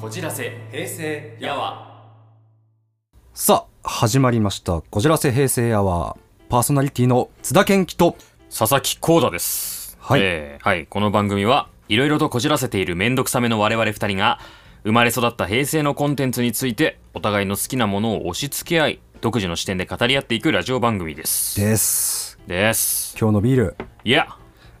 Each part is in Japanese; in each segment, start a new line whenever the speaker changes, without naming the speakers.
こじらせ
平成
やわ
さあ始まりましたこじらせ平成アワーパーソナリティの津田健貴と
佐々木光太です
はい
えーはい、この番組はいろいろとこじらせているめんどくさめの我々二人が生まれ育った平成のコンテンツについてお互いの好きなものを押し付け合い独自の視点で語り合っていくラジオ番組です
です
です
今日のビール、
いや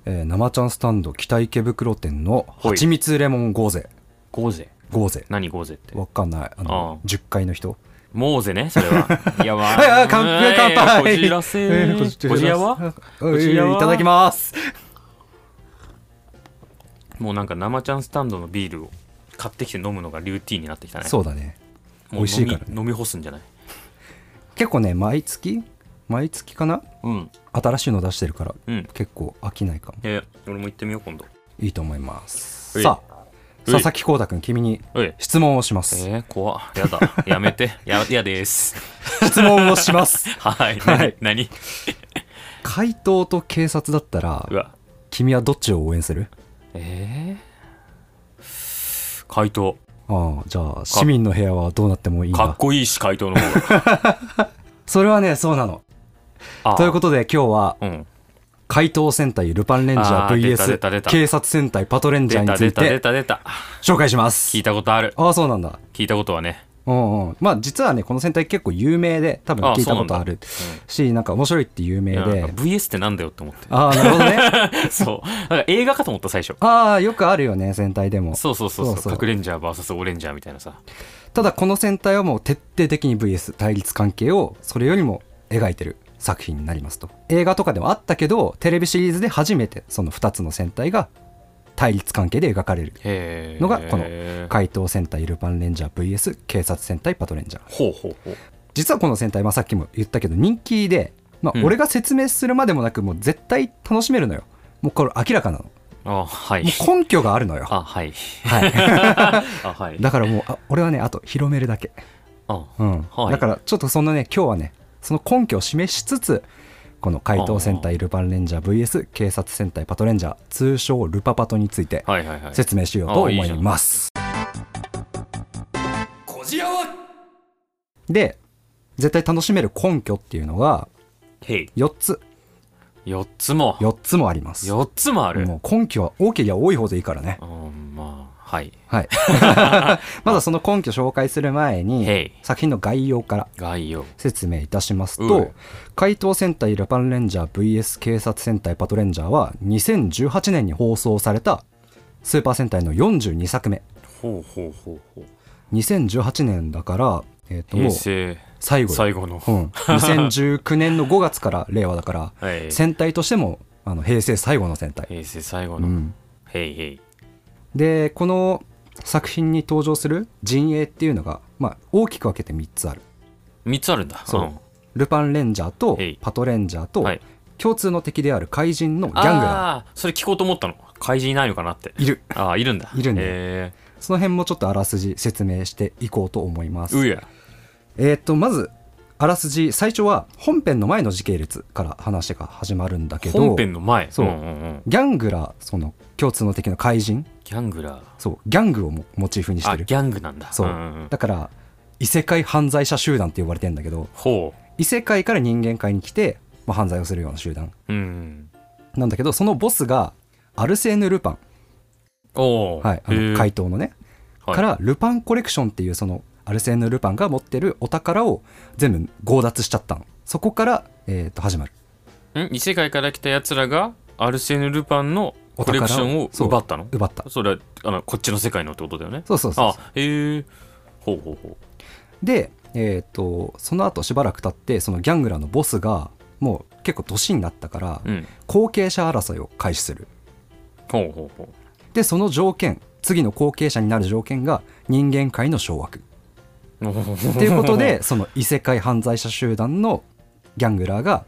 えー生ちゃんスタンド北池袋店の
い
蜂蜜レモンゴーゼ
ゴーゼ
ゴーゼ
何ゴーゼって
わかんないあの
ああ
10階の人
モーゼねそれはいやわ
はいはい乾杯乾杯
こじらせ
えー
こじらは
こ
じ
じ
ら
ら
は
はいただきます
もうなんか生ちゃんスタンドのビールを買ってきて飲むのがルーティンになってきたね
そうだね
う
美味しいからね
飲み飲み干すんじゃない
結構ね毎月毎月かな
うん
新しいの出してるから、
うん
結構飽きないかも
えー、俺も行ってみよう今度
いいと思います
うい
さあ
うい
佐々木光太君君に
おい
質問をします
えー、怖っやだやめ てややです
質問をします
はい
はい
何何
怪盗と警察だったら
うわ
君はどっちを応援する
えー、回答
ああじゃあ市民の部屋はどうなってもいい
かっ
な
こいいし回答の 方が
それはねそうなの
あ
ということで今日は
うん
怪盗戦隊ルパンレンジャ
あー出た出
ー
た出
VS
た
警察戦隊パトレンジ
出
ャーに
た
つ
出
い
た出
て
た出た
紹介します
聞いたことある
ああそうなんだ
聞いたことはね
うんうんまあ実はねこの戦隊結構有名で多分
ああ
聞いたことあるしなんか面白いって有
い
名
やなん
で
か VS ってなんだよって思って
ああなるほどね
そうなんか映画かと思った最初
ああよくあるよね戦隊でも
そうそうそう
そう
そ
そうう
核レンジャー VS オレンジャーみたいなさ
ただこの戦隊はもう徹底的に VS 対立関係をそれよりも描いてる作品になりますと映画とかでもあったけどテレビシリーズで初めてその2つの戦隊が対立関係で描かれる
へー
のがこの怪盗戦隊ルパンレンジャー VS 警察戦隊パトレンジャー
ほうほうほう
実はこの戦隊、まあ、さっきも言ったけど人気で、まあ
うん
俺が説明するまでもなくもう絶対楽しめるのよもうこれ明らかなのも
あはいう
根拠があるのよ、
あはい
はい、
あはい
だからもうあ俺はねあと広めるだけ
あ
うん
はい
だからちょっとそのね今日はねその根拠を示しつつこの怪盗戦隊ルパンレンジャー VS 警察戦隊パトレンジャー通称ルパパトについて
はいはいはい
説明しようと
あいい
思
じゃ
い
ん
ます
こじらは
で絶対楽しめる根拠っていうのが
へい
4つ
4つも
4つもあります
4つもある
もう根拠は多ければ多いほどいいからね
うんまあはい
はい まだその根拠紹介する前
へ
に
い
作品の概要から
概要
説明いたします
う
と
ん
怪盗戦隊ルパンレンジャー VS 警察戦隊パトレンジャーは2018年に放送されたスーパー戦隊の42作目
ほうほうほうほう
2018年だから、えー、とも
平
う
成
最後
最後の
うん、2019年の5 月から令和だから
はい
戦隊としてもあの平成最後の戦隊、
平成最後
う
の
ん、
へいへい
でこの作品に登場する陣営っていうのが、まあ、大きく分けて3つある
3つあるんだ
そうんルパンレンジャーと
へい
パトレンジャーと
はい
共通の敵である怪人のギャングが
あーそれ聞こうと思ったの怪人いないのかなって
いる
ああいるんだ
いるんだよ
へ
その辺もちょっとあらすじ説明していこうと思いま
えう
す
や
えっ、とまずあらすじ最初は本編の前の時系列から話が始まるんだけど
本編の前
そうん
んん
ギャングラーその共通の敵の怪人
ギャングラー
そうギャングをもモチーフにして
あ
る
ギャングなんだ
そう、
んんん
だから異世界犯罪者集団って呼ばれてんだけど
ほ
異世界から人間界に来て、まあ、犯罪をするような集団
ううん
なんだけどそのボスがアルセーヌ・ルパン、
おお
はい、あの怪盗のね、か
は
らルパンコレクションっていうそのアルセーヌ・ルパンが持ってるお宝を全部強奪しちゃったのそこから、えー、と始まる
いん異世界から来たやつらがアルセーヌ・ルパンの
お
コレ
宝
クションを
そう
奪ったの
奪った
それはあのこっちの世界のってことだよね
そうそうそう
あへえほうほうほ
で、えー、とその後しばらく経ってそのギャングラーのボスがもう結構年になったから、
ううん
後継者争いを開始する
ほうほうほう
でその条件次の後継者になる条件が人間界の掌握 っていうことでその異世界犯罪者集団のギャングラーが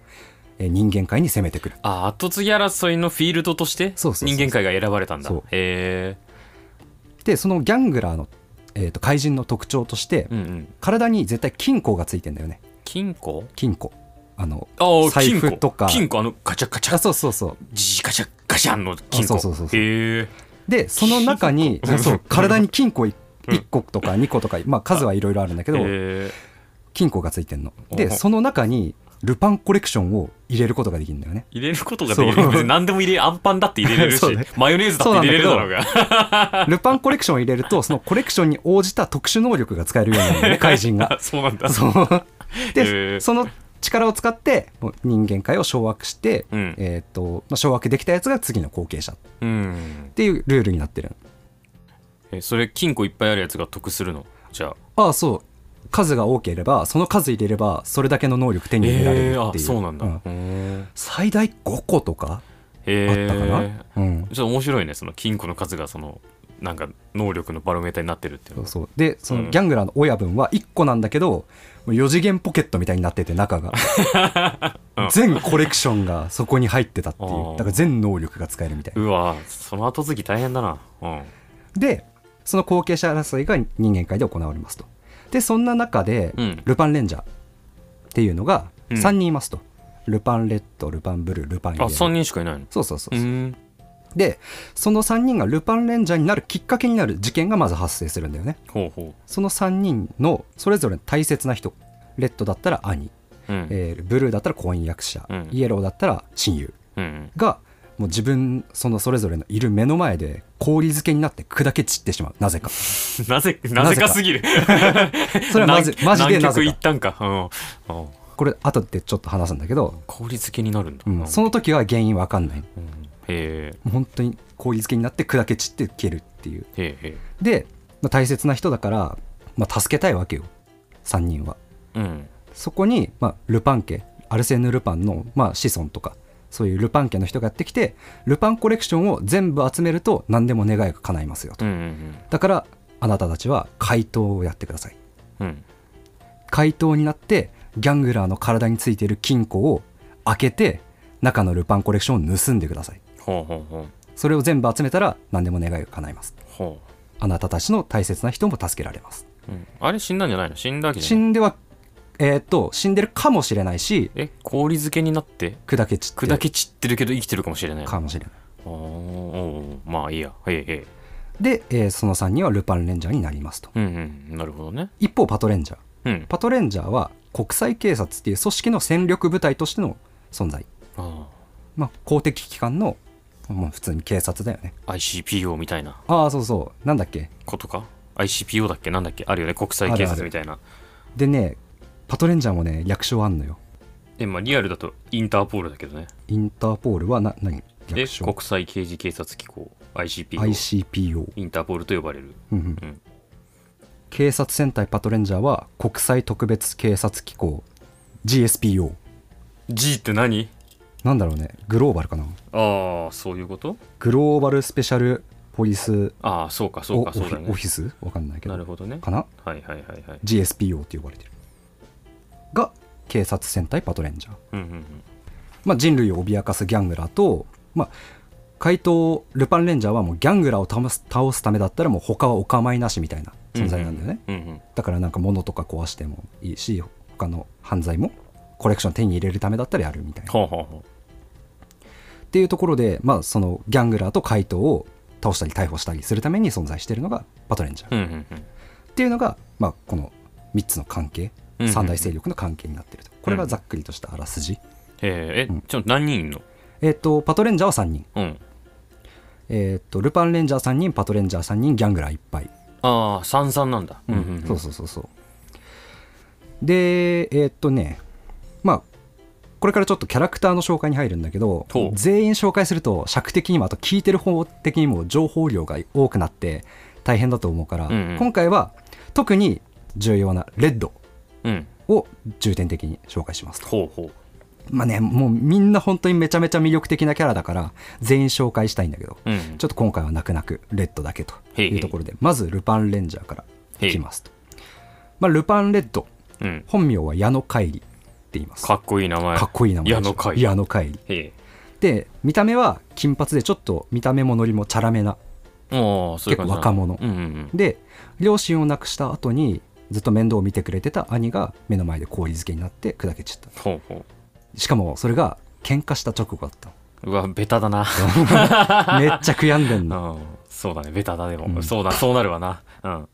えー人間界に攻めてくる
あ後継ぎ争いのフィールドとして
そうそうそう
人間界が選ばれたんだ
そう
へ
でそのギャングラーの、えー、と怪人の特徴として、
えうんうん
体に絶対金庫がついてんだよね
金庫
金庫あの
ああ
財布とか
金庫金庫あのガチャガチ
あ
ャ
そうそうそう
ジーガチャガチャンの金庫
あそうそうそうそう
へえ
でその中に
金庫
そう体に金庫いっ1個とか2個とか、まあ、数はいろいろあるんだけど、
えー
金庫がついてんの
お
で
ほ
その中にルパンコレクションを入れることができるんだ よね
入れることができ
そ
る
う
別に何でも入れアンパンだって入れれるし、
そうね
マヨネーズだって入れれるだろうが
ルパンコレクションを入れるとそのコレクションに応じた特殊能力が使えるようになるんだよね怪人が
あそうなんだ
そう
へ
で
ー
その力を使ってもう人間界を掌握して、
うん
えーっとまあ、掌握できたやつが次の後継者っ
うん
ていうルールになってる
えそれ金庫いっぱいあるやつが得するのじゃあ
ああそう数が多ければその数入れればそれだけの能力手に入れられる
え
っていう、
ー、あそうなんだ、
ん
へ
最大5個とか
え
あったかな、うん
ちょっと面白いねその金庫の数がそのなんか能力のバロメーターになってるっていうの
そう
が
そうでそうの
ん
ギャングラーの親分は1個なんだけど、もう4次元ポケットみたいになってて中が
うん
全コレクションがそこに入ってたってい
あ
う
ー
だから全能力が使えるみたいうな
わその後継ぎ大変だなうん
でその後継者争いが人間界で行われますとでそんな中で、
うん
ルパンレンジャーっていうのが
うん
3人いますと、ルパンレッドルパンブルールパンイエロ
あ
ー
三3人しかいないの
そうそうそう
う
そう、
ん
でその3人がルパンレンジャーになるきっかけになる事件がまず発生するんだよね
ほうほ
その3人のそれぞれ大切な人レッドだったら兄、
ううん
えーブルーだったら婚約者、
うん
イエローだったら親友
うん
がもう自分そのそれぞれのいる目の前で氷漬けになって砕け散ってしまうなぜか
なぜなぜかすぎる
それはマジマジでな
南
ぜか
極行ったんかうんうん
これ後でちょっと話すんだけど、
氷漬けになるんだ、
うんその時は原因わかんないも
うんへえ
う本当に氷漬けになって砕け散って消えるっていう
へえへ
で、まあ大切な人だから、まあ、助けたいわけよ3人は
えうん
そこに、まあ、ルパン家アルセーヌ・ルパンの、まあ、子孫とかそういうルパン家の人がやってきてルパンコレクションを全部集めると何でも願いが叶いますよと
うんうん
だからあなたたちは怪盗をやってください
うんうん
怪盗になってギャングラーの体についている金庫を開けて中のルパンコレクションを盗んでください
ほうほうほう
それを全部集めたら何でも願いが叶います
ほ
あなたたちの大切な人も助けられます
う、うん、あれ死んだんじゃないの死んだわけじ
死
ゃない
んではえーっと死んでるかもしれないし
え氷漬けになって
砕け散って
砕け散ってるけど生きてるかもしれない
かもしれない
おーおーまあいいやへえへ
で、えーその3人はルパンレンジャーになりますと
えうんうんなるほどね
一方パトレンジャー
うん
パトレンジャーは国際警察っていう組織の戦力部隊としての存在、
あ
まあ、公的機関の、まあ、普通に警察だよね
あ ICPO みたいな
ああそうそうなんだっけ
ことか ICPO だっけなんだっけあるよね国際警
あるあ
察
る
みたいな
でねパトレンジャーもね略称あんのよ
えまあリアルだとインターポールだけどね
インターポールはな何
え
略
国
称
際刑事警察機構 ICPO、
ICPO、
インターポールと呼ばれる
うんうん
うん
警察戦隊パトレンジャーは国際特別警察機構 GSPO
G って何
なんだろうねグローバルかな
ああそういうこと
グローバルスペシャルポリス
ああそうか
お
そう
オ
か
フ
そうだ
ィオ
ね
フィスわかんないけど
なるほどね
かな
はいはいはいはい
GSPO って呼ばれてるが警察戦隊パトレンジャー、
うんうん
まあ、人類を脅かすギャングラーと、まあ、怪盗ルパンレンジャーはもうギャングラーを倒す倒すためだったらもう他はお構いなしみたいな
うん
存在なんだよね、
うんうん
だからなんか物とか壊してもいいし他の犯罪もコレクション手に入れるためだったらやるみたいな
ほうほうほ
っていうところで、まあ、そのギャングラーと怪盗を倒したり逮捕したりするために存在しているのがパトレンジャー
ううんうんうん
っていうのが、まあ、この3つの関係
うんうん
三大勢力の関係になってるとこれがざっくりとしたあらすじ、
えーえちょっと何人いんの
えっ、とパトレンジャーは3人
うん
えっ、とルパンレンジャー3人パトレンジャー3人ギャングラーいっぱい、
ああ三三なんだうんうんうん
そうそうそうそうでえっ、とねまあこれからちょっとキャラクターの紹介に入るんだけど
ほう
全員紹介すると尺的にもあと聞いてる方的にも情報量が多くなって大変だと思うから、
うんうん
今回は特に重要なレッド
うん
を重点的に紹介しますと
ほうほ
まあね、もうみんな本当にめちゃめちゃ魅力的なキャラだから、全員紹介したいんだけど、
ううん
ちょっと今回は泣く泣く、レッドだけと
へいへ
い
いう
ところで、まずルパンレンジャーから
へい
いきますと。まあ、ルパンレッド、
うん
本名は矢野海里って言います。
かっこいい名前
かっこいい名前
矢
でし
野
ょ
海
矢野海里。
へえ
で、見た目は金髪で、ちょっと見た目もノリもチャラめな。
ああそういう感じなんだ
結構若者
うんうん
で、両親を亡くした後に、ずっと面倒を見てくれてた兄が目の前で氷漬けになって砕けちゃっ
ほうほ
た。しかもそれが喧嘩した直後だった
う
の。
うわベタだな
めっちゃ悔やんでんの。
うんそうだねベタだでも、
うん
そうだそうなるわなうん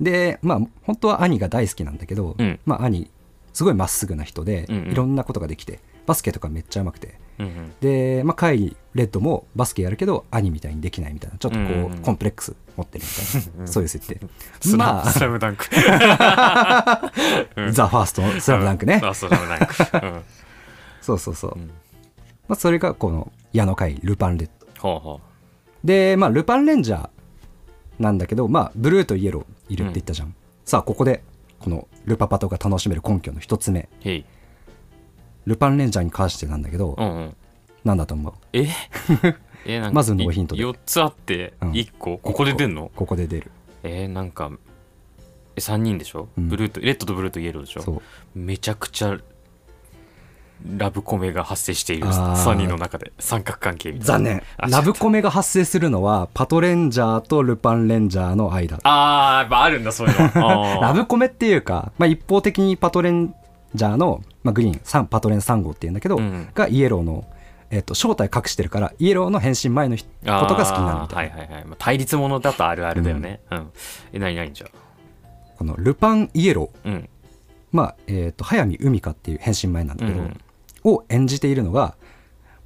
でまあ本当は兄が大好きなんだけど、
うん
まあ、兄すごいまっすぐな人で、
うんうん
いろんなことができてバスケとかめっちゃうまくて
うんうん
で、まあ、カイリーレッドもバスケやるけど兄みたいにできないみたいなちょっとこう、
うんうんうん
コンプレックス持ってるみたいなそういう設定
スラ
ま
スラムダ ンク。
あザ・ファーストのスラムダンクね、
うん あスラムダンク。うん
そうそうそう、
ん
まあ、それがこの矢の会ルパンレッド
ほうほ
で、まあ、ルパンレンジャーなんだけど、まあ、ブルーとイエローいるって言ったじゃん、さあここでこのルパパとが楽しめる根拠の一つ目
う。へい。
ルパンレンジャーに関してなんだけど、
うんうん。
なんだと思う
ええなんか
まずのヒントで
4つあって
うん
1個、ここで出んの
ここで出る
えー、なんかえ3人でしょ、
うん
ブルーとレッドとブルーとイエローでし
そ
ょ
う
めちゃくちゃラブコメが発生している
あー
3人の中で三角関係みたいな
残念
あ
ラブコメが発生するのはパトレンジャーとルパンレンジャーの間
あーやっぱあるんだそういう のあー
ラブコメっていうか、まあ、一方的にパトレンジャーの、まあ、グリーンさんパトレン3号っていうんだけど、
うん
がイエローの、えっと正体隠してるからイエローの変身前のひことが好きになるみ
あー
た
はいい
な、
はいはい、まあ、対立ものだとあるあるだよねうん、え何何じゃ
このルパンイエロー、
あうん
まあえっと早見海香っていう変身前なんだけど、
うん
を演じているのが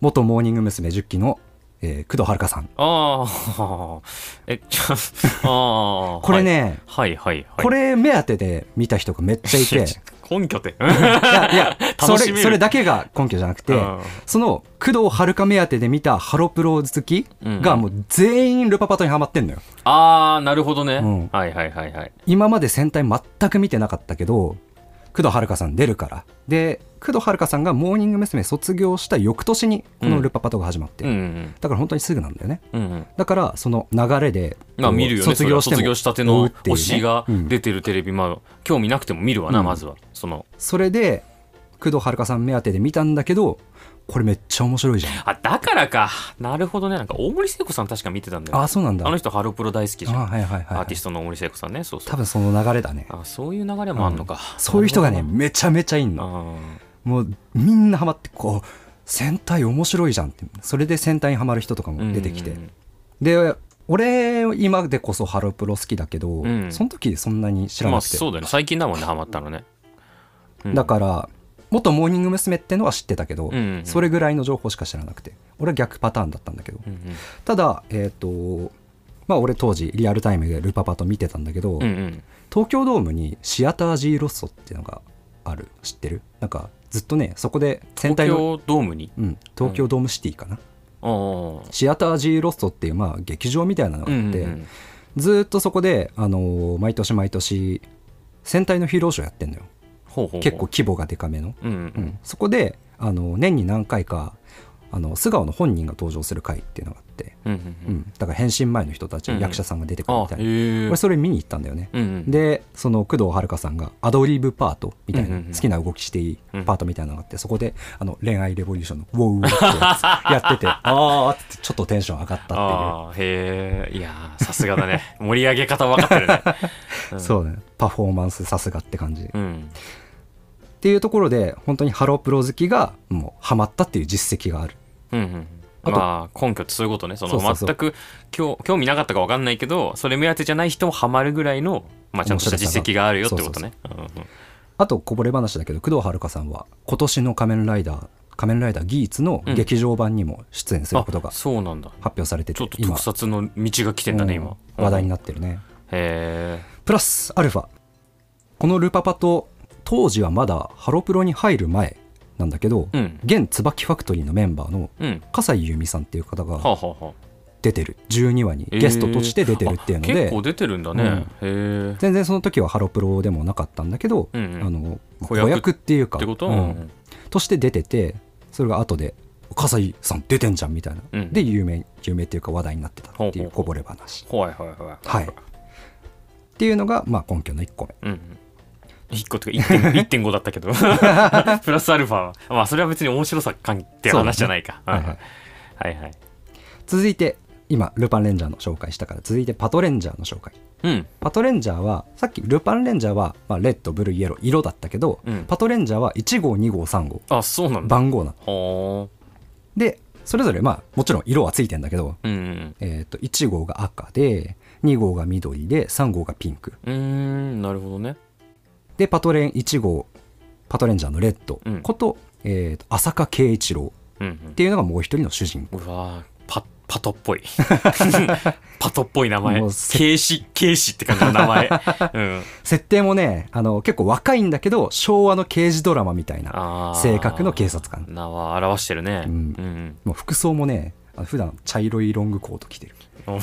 元モーニング娘。10期の、えー工藤遥さん
ああ えちょああ
これね、
はいはいはい、はい、
これ目当てで見た人がめっちゃいて
根拠って
いや いやそ
楽しめ
れ
る
それだけが根拠じゃなくて
うん
その工藤遥目当てで見たハロプロ好きが
うん
もう全員ルパパトにハマってんのよ
ああなるほどね、
うん
はいはいはいはい
今まで戦隊全く見てなかったけど工藤遥さん出るからで工藤遥さんがモーニング娘。卒業した翌年にこのルパパトが始まって、
うんうん
だから本当にすぐなんだよね
うんうん
だからその流れで
まあ見るよね
卒業しても
それは卒業したての
追うっていう
推
ね
しが
うん
出てるテレビ、まあ興味なくても見るわな、
うん
まずはその
それで工藤遥さん目当てで見たんだけどこれめっちゃ面白いじゃん
あだからかなるほどねなんか大森聖子さん確か見てたんだよ
ああそうなんだ
あの人ハロプロ大好きじゃん
あはいはいはい、
アー
は
ティ
い
ス、トの大森聖子さんねそうそう
多分その流れだね
あそういう流れもあんのか、
そういう人が
な
ね
る
めちゃめちゃいん
ほ
の
どな
もうみんなハマってこう戦隊面白いじゃんってそれで戦隊にハマる人とか
あー
も出てきて、
うんうん
で俺今でこそハロプロ好きだけど、
うん
その時そんなに知
うん
ら
ま
な
あ
くて、
そうだよね最近だもんねハマったのね、うん
だから元モーニング娘。ってのは知ってたけど、
うんうんうん
それぐらいの情報しか知らなくて俺は逆パターンだったんだけど、
うんうん
ただえっ、とまあ俺当時リアルタイムでルパパと見てたんだけど、
うんうん
東京ドームにシアター G ロッソっていうのがある知ってるなんかずっとねそこで戦
東
隊の
京ドームに
うん、東京ドームシティかな、
ああ
シアター G ロストっていう、まあ、劇場みたいなのがあって、ずーっとそこで、あのー毎年毎年戦隊のヒーローショーやってんのよ
ほうほうほう
結構規模がでかめの、
うんう
うんん、そこで、あのー年に何回かあの素顔の本人が登場する回っていうのがあって、
うんうんう
うんん、だから変身前の人たち、
うんうん
役者さんが出てくるみ
あ
たいな、
へえ
俺それ見に行ったんだよね、
うんうん
でその工藤遥さんがアドリブパートみたい
うん
な
うんうん
好きな動きしていいパートみたいなのがあってそこであの恋愛レボリューショ ンの「ウォウウォウ」ってやつやっててああってちょっとテンション上がったってい
ああへえいやーさすがだね 盛り上げ方分かってるね
うそうだねパフォーマンスさすがって感じっ
うん
ていうところで本当にハロプロ好きがもうハマったっていう実績がある
うんうん
あと
まあ根拠ってそういうことねそ
そ
の
うそうそう
全く興興味なかったか分かんないけどそれ目当てじゃない人もハマるぐらいのまあちゃんとした実績があるよってことね
あとこぼれ話だけど工藤遥さんは今年の「仮面ライダー」「仮面ライダーギーツ」の劇場版にも出演す
うん
る
うん
ことが
あそうなんだ
発表されてて
ちょっと特撮の道が来てんだね今
うん話題に
へ
なってるね、
え
プラスアルファこのルパパと当時はまだハロプロに入る前なんだけど、
うん
現椿ファクトリーのメンバーの
うん
笠井由美さんっていう方
はあ
が
はあはあ
出てる12話に
えー
ゲストとして出てるっていうの
あ
で
結、構出てるんだね
うん
へえ
全然その時はハロプロでもなかったんだけど、
うんうん
あの
子
子
役
役っていうか
ってこと
う
うんん
として出ててそれが後で笠井さん出てんじゃんみたいな、
うん
で有名有名っていうか話題になってたってい
ほうほうほ
う
う
こぼれ話
はいはいはい
はいっていうのが、まあ、根拠の1個目
うんうん。1個とか1.5 だったけど プラスアルファはまあそれは別に面白さ関って話じゃないか、
そうだね
はいはいはいはい
続いて今ルパンレンジャーの紹介したから続いてパトレンジャーの紹介
うん
パトレンジャーはさっきルパンレンジャーは、まあ、レッドブルーイエロー色だったけど、
うん
パトレンジャーは1号2号3号
あそうなんだ
番号なの
ほ
でそれぞれまあもちろん色はついてんだけど、
うん
えー、と1号が赤で2号が緑で3号がピンク
うんうーんなるほどね
でパトレン1号パトレンジャーのレッド
うん
こと,、えーと浅香慶一郎
うん、う
っ
ん
ていうのがもう一人の主人公、
うわーパパトっ ぽいパトっぽい名前
もうせ
警視警視って感じの名 前うん
設定もねあの結構若いんだけど昭和の刑事ドラマみたいな
あー
性格の警察官
名は表してるね
う
うんん、
もう服装もねあの普段茶色いロングコート着てる
うん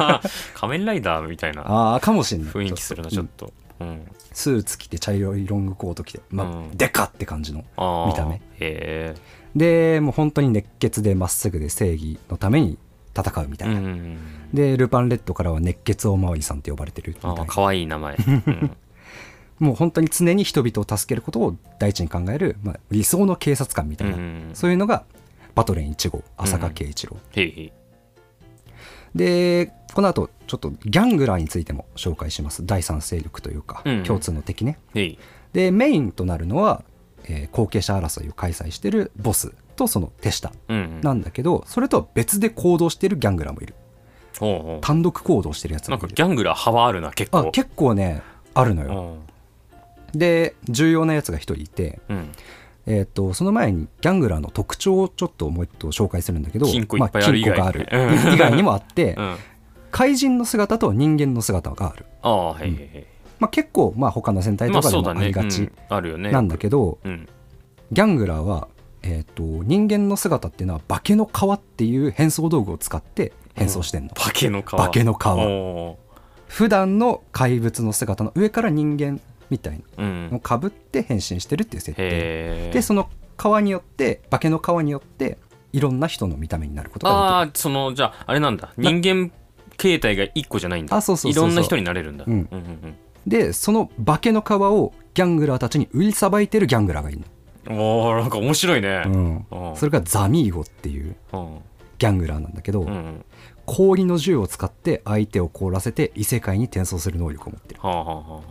仮面ライダーみたいな
ああかもしんない
雰囲気するなちょっと、うん、
スーツ着て茶色いロングコート着て、まあ
うん
でかって感じの
あー
見た目
へえ
でもう本当に熱血でまっすぐで正義のために戦うみたいな、
ん
でルパンレッドからは熱血おまわりさんって呼ばれてるみた
あ
い
あ
な
可愛い名 前、うん
もう本当に常に人々を助けることを第一に考える、まあ、理想の警察官みたいな、
うん
そういうのがバトレン1号浅香慶一郎、
へいへい
でこの後ちょっとギャングラーについても紹介します第三勢力というか、
うん
共通の敵ね
へい
でメインとなるのは、えー後継者争いを開催してるボスとその手下
うん
なんだけどそれとは別で行動してるギャングラーもいる
ほうほう
単独行動してるやつ
な
も
ん
い
か
る
ギャングラー幅あるな結構
あ結構ねあるのよで重要なやつが一人いて、
うんうん
えー、とその前にギャングラーの特徴をちょっともう一度紹介するんだけど
金庫いっぱいある以外
まあ金庫がある以外にもあって、
うんあ
怪人の姿と人間の姿がある、
あへいへいへ
まあ、結構まあ他の戦隊
いま
と
あ
かで
そう
も
だ
あ
ね
りが
う
ち
んあるよね
なんだ
け
けど、
うん
ギャングラーは、えー、と人間の姿っていうのは化けの皮っていう変装道具を使って変装してんの、
化けの皮
化けの皮
皮
普段の怪物の姿の上から人間みたいな
うん
のをかぶって変身してるっていう設定
へえ
でその皮によって化けの皮によっていろんな人の見た目になることができる
ああそのじゃああれなんだ人間形態が一個じゃないんだ
あそうそうそうそう
ろんな人になれるんだ
うん
うんうん
でその化けの皮をギャングラーたちに売りさばいてるギャングラーがいる
うんおーなんか面白いね
の、
う
うんん、それがザミーゴっていう
うん
ギャングラーなんだけど、
うん
氷の銃を使って相手を凍らせて異世界に転送する能力を持ってる
はあはあは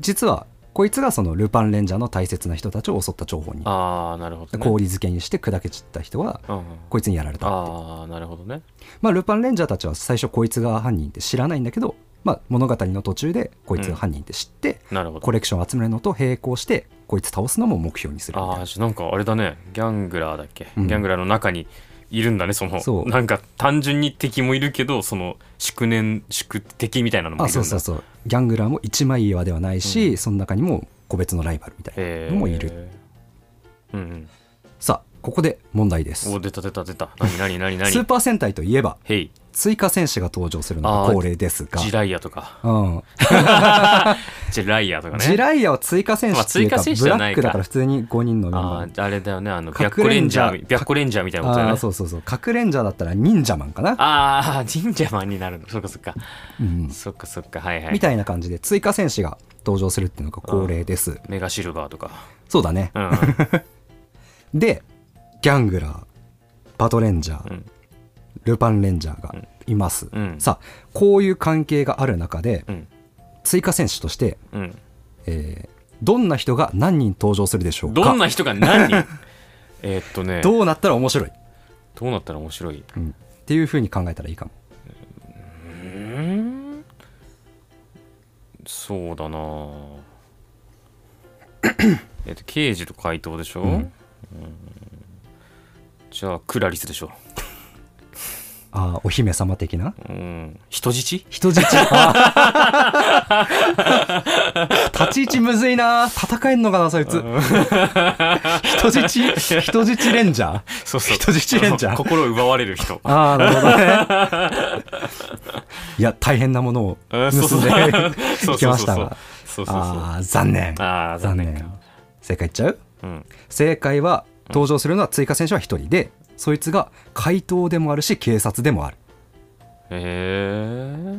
実はこいつがそのルパンレンジャーの大切な人たちを襲った諜報に
ああーなるほどね
氷漬けにして砕け散った人は
うんうん
こいつにやられたっていう
ああなるほどね
まあ、ルパンレンジャーたちは最初こいつが犯人って知らないんだけど、まあ、物語の途中でこいつが犯人って知って、
なるほど
コレクションを集めるのと並行してこいつ倒すのも目標にするみたい
あ
な
あなんかあれだねギャングラーだっけ、
うん
ギャングラーの中にいるんだねその
そう
なんか単純に敵もいるけどその宿念宿敵みたいなのもい
あ
るんだ
そうそうそうギャングラーも一枚岩ではないし、その中にも個別のライバルみたい
へ
な
え
のもいる
うん
さあここで問題で
うん、
す
お出た出た出た何何何
スー
何
パー戦隊といえば
ヘイ
追加戦士が登場するの
あ
が
ー
恒例ですが
ジライアとか
うん、
ジライアとかね
ジライアは追加戦士っていうか,、
まあ追加戦士
ブ
じ
ラ
ゃな
ッ
い
ク
か
だから普通に5人のメン
あ
バー
ーあれだよねあの
か
白
くれ
レ
ん
ン
じ
ジ
ゃ
ャー白レンジャーみたいなことだよ
あー
ね
そうそうそう隠レンジャーだったら忍者マンかな、
ああ神社マンになるのそっかそっか、
うん、
そっかそっかはいはい
みたいな感じで追加戦士が登場するっていうのが恒例です。
メガシルバーとか
そうだね。
うん
で、ギャングラー、パトレンジャー、
うん
ルパンレンジャーがいます。
うん
さあ、こういう関係がある中で、
うん
追加戦士として、
うん
えーどんな人が何人登場するでしょうか
どんな人が何 人えーっとねど
どうなったら面白い、
うなったら面白い
うんっていうふうに考えたらいいかも。
うんそうだなぁえっと刑事と怪盗でしょ、
ん
うんじゃあクラリスでしょ
ああ、お姫様的な
うん人質
人質あー立ち位置むずいな戦えんのかなそいつ人質人質レンジャー
そうそう
人質レンジャ ー
心を奪われる 人
ああなるほどねいや大変なものを盗
うんそうんそう
で
そうそうそう
いきましたが
そうそうそうあ
ああ残念
あー残念か
正解いっちゃう
うん
正解は登場するのは追加選手は一人でそいつが怪盗でもあるし警察でもある
え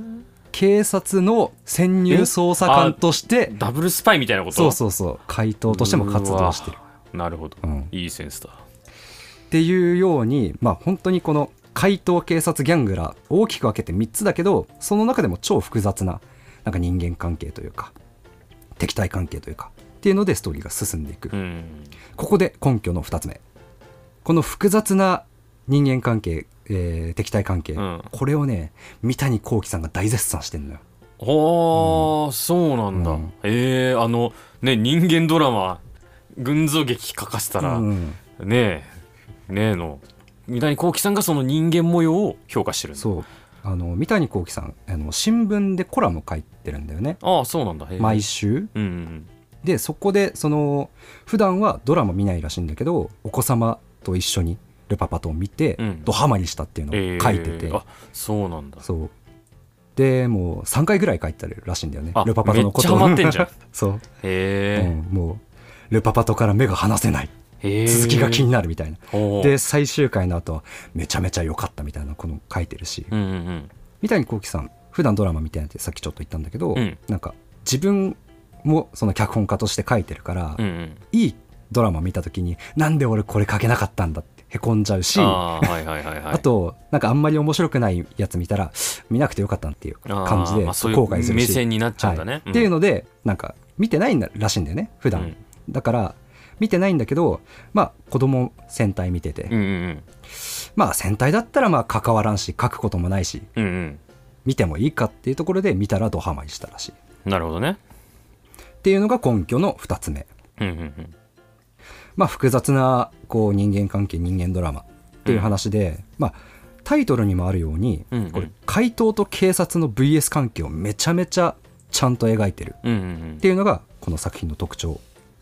警察の潜入捜査官として
ー、ダブルスパイみたいなこと
そうそうそう怪盗としても活動してる
うわなるほど、
うん
いいセンスだ
っていうようにまあ本当にこの怪盗警察ギャングラー大きく分けて3つだけどその中でも超複雑ななんか人間関係というか敵対関係というかっていうのでストーリーが進んでいく、
うん
ここで根拠の2つ目この複雑な人間関係、えー敵対関係、
うん
これをね三谷幸喜さんが大絶賛してんのよ
あ、あ、そうなんだ、
うん
ええあのね人間ドラマ群像劇書かせたら、
うん
ねえねえの三谷幸喜さんがその人間模様を評価してるんだ
そうあの三谷幸喜さんあの新聞でコラム書いてるんだよね
ああそうなんだへえ
毎週
うんうん
でそこでその普段はドラマ見ないらしいんだけどお子様と一緒に「ルパパト」を見て
うん
ドハマりしたっていうの
ええ
を書いてて、
あそうなんだ
そうでもう3回ぐらい書いてるらしいんだよね
あ
ルパパトのことを
めっちゃハマってんじゃん
そう、
へえ、
うんもうルパパトから目が離せない
へえ
続きが気になるみたいな、
おう
で最終回の後はめちゃめちゃ良かったみたいなこの書いてるし、
うんうんうん
三谷幸喜さん普段ドラマみたいなってさっきちょっと言ったんだけど、
うん
なんか自分もその脚本家として書いてるから、
うんうん
いいドラマ見た時になんで俺これ書けなかったんだってへこんじゃうしあ,、
ああはいはいはいはい
となんかあんまり面白くないやつ見たら見なくてよかったっていう
あー
感じで
まあ、そうい
後悔す
う
る
目
し、
線になっちゃうんだね、
はい
うん
っていうのでなんか見てないんだらしいんだよね普段、
うん
だから見てないんだけどまあ子供戦隊見てて、
うんうん
まあ戦隊だったらまあ関わらんし書くこともないし
うんうん
見てもいいかっていうところで見たらドハマりしたらしい
うんなるほどね
っていうのが根拠の2つ目
うんうんうん
まあ複雑なこう人間関係人間ドラマっていう話で、まあタイトルにもあるように、
うんうん
これ怪盗と警察の VS 関係をめちゃめちゃちゃんと描いてる
うんうんうん
っていうのがこの作品の特徴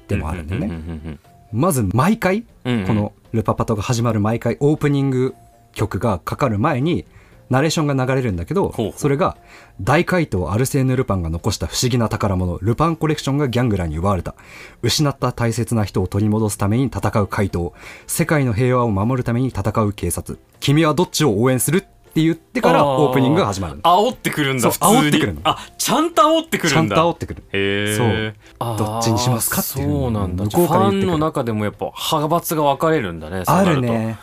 でもあるんだよね、
うんうんうん
まず毎回、
うんうん
この「ルパパト」が始まる毎回オープニング曲がかかる前にナレーションが流れるんだけど
ほうほう
それが大怪盗アルセーヌ・ルパンが残した不思議な宝物ルパンコレクションがギャングラーに奪われた失った大切な人を取り戻すために戦う怪盗世界の平和を守るために戦う警察君はどっちを応援するって言ってから
あー
オープニングが始まるの
煽ってくるんだ
そう
普通に
煽ってくるの
あちゃんと煽ってく
ちゃ
るん
んと
だ
煽ってくる
へえ
そうどっちにしますかっていうのを
そうなんだ
向
フ
こうから
ァ
言ってくる
ンの中でもやっぱ派閥が分かれるんだねそう
あ
な
る
と
ね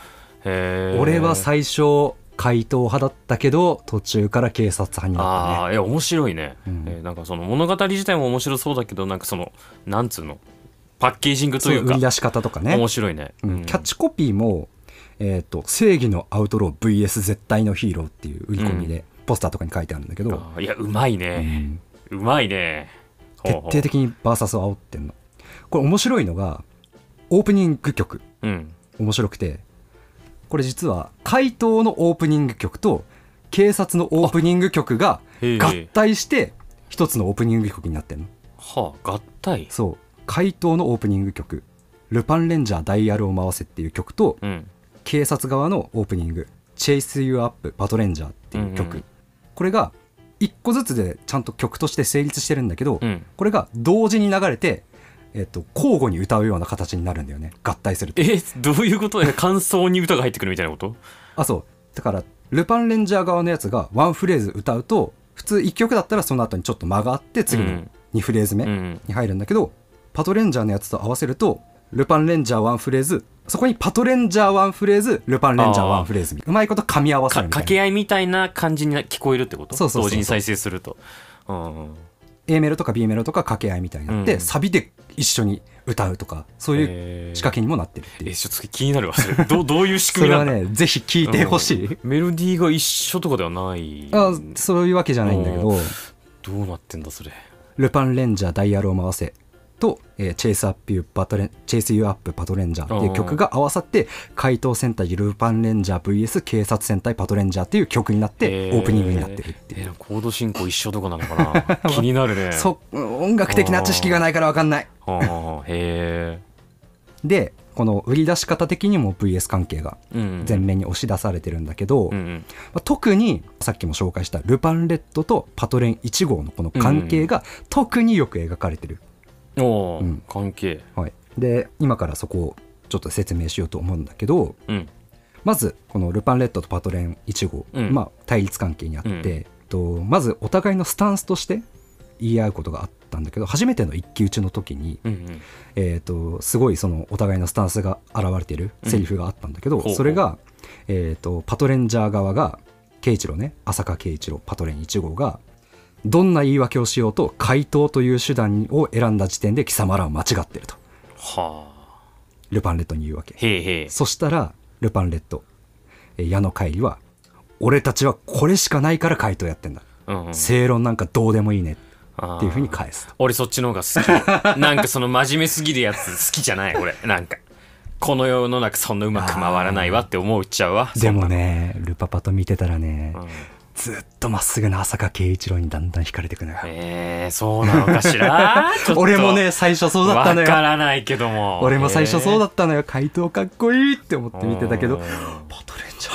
へえ
俺は最初怪盗派だったけど途中から警察派になったね
ああいや面白いね、
うん
えーなんかその物語自体も面白そうだけどなんかそのなんつうのパッケージングと
そう
い
いう
う
売
か
り出し方とかね
面、白いね、
うんキャッチコピーも、えーと「正義のアウトロー VS 絶対のヒーロー」っていう売り込みで、ポスターとかに書いてあるんだけど、
あーいやうまいうね、う
ん
まいね
徹底的に VS を煽ってんのこれ面白いのがオープニング曲
うん
面白くてこれ実は怪盗のオープニング曲と警察のオープニング曲が
へえ
合体して一つのオープニング曲になってんの
はあ合体
そう怪盗のオープニング曲「ルパンレンジャーダイヤルを回せ」っていう曲と
うん
警察側のオープニング「Chase You Up バトレンジャー」っていう曲、
うんうん
これが1個ずつでちゃんと曲として成立してるんだけど、
うん
これが同時に流れて、えっと、交互に歌うような形になるんだよね合体すると
えどういうことえ感想に歌が入ってくるみたいなこと
あそうだからルパンレンジャー側のやつがワンフレーズ歌うと普通1曲だったらその後にちょっと間があって次
う
の
ん
2フレーズ目、
うん
に入るんだけどパトレンジャーのやつと合わせるとルパンレンジャーワンフレーズそこにパトレンジャーワンフレーズルパンレンジャーワンフレーズうまいこと噛み合わ
か
せるみた
掛
いな
け合いみたいな感じにな聞こえるってこと
そうそうそうそ
同
う
時に再生するとうんうん
A メロとか B メロとか掛け合いみたいになって、
うん
サビで一緒に歌うとかそうい
へ
う
ー
仕掛けにもなってるってい
え
う
ちょっとそれ気になるわそれどうどういう仕
そ
組みな
れは
ん だ
ねぜひ聞いてほしい、
うんメロディーが一緒とかではない
あそういうわけじゃないんだけど
どうなってんだそれ
ルパンレンジャーダイヤルを回せと、えーチェイスアップユーバトレンチェイスユーアップパトレンジャーっていう曲が合わさって怪盗戦隊ルパンレンジャー VS 警察戦隊パトレンジャーっていう曲になって
え
オープニングになってるっていう、
えーコード進行一緒とかなのかな 気になるね
そ音楽的な知識がないから分かんない
あーへ
でこの売り出し方的にも VS 関係が
え、うん、
前面に押し出されてるんだけど、
うん
ま
うん
あ特にさっきも紹介したルパンレッドとパトレン1号のこの関係が特によく描かれてる、
おー
うん
関係
はい、で今からそこをちょっと説明しようと思うんだけど
うん
まずこの「ルパンレッド」と「パトレン1号」
うん
まあ、対立関係にあって、
うん
とまずお互いのスタンスとして言い合うことがあったんだけど初めての一騎打ちの時に、
うんうん
えー、とすごいそのお互いのスタンスが現れてるセリフがあったんだけ
う
ど、
んほうほう
それが、えー、とパトレンジャー側が慶一郎ね浅香慶一郎パトレン1号がどんな言い訳をしようと回答という手段を選んだ時点で貴様らは間違ってると
はあ
ルパンレッドに言うわけ
へえへえ
そしたらルパンレッドえー矢野帰りは俺たちはこれしかないから回答やってんだ、
うんうん、
正論なんかどうでもいいねっていうふうに
あー
返すと
俺そっちの方が好き なんかその真面目すぎるやつ好きじゃない俺なんかこの世の中そんなうまく回らないわって思っちゃうわ
でもねルパパと見てたらね、
うん
ずっとまっすぐな浅香圭一郎にだんだん惹かれてくのよ、
えー、そうなのかしらちょっと
俺もね最初そうだったの
わか
よ
らないけども
俺も最初そうだ
っ
ったのよ回答かっこいいって思って見てたけど
うん
パトレンジャー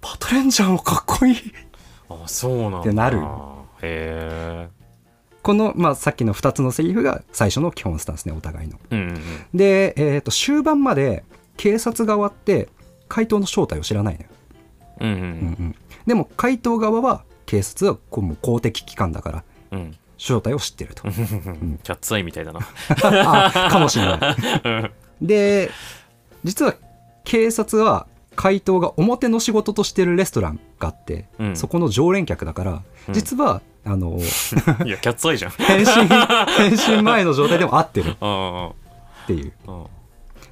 パトレンジャーもかっこいい
あそうなんだ
ってなる
へ
この、まあ、さっきの2つのセリフが最初の基本スタンスねお互いの
えうんうんうん
で、えー、と終盤まで警察側って回答の正体を知らないのよ、
うん
うんうんでも回答側は警察はこうもう公的機関だから
うんうん
正体を知ってると
キャッツアイみたいだな
あ かもしれないで実は警察は回答が表の仕事としてるレストランがあって、
うん
そこの常連客だから
うん
実は、あの
いやキャッツアイじゃん
変 身変身前の状態でも合ってる
あ
っていう
ああ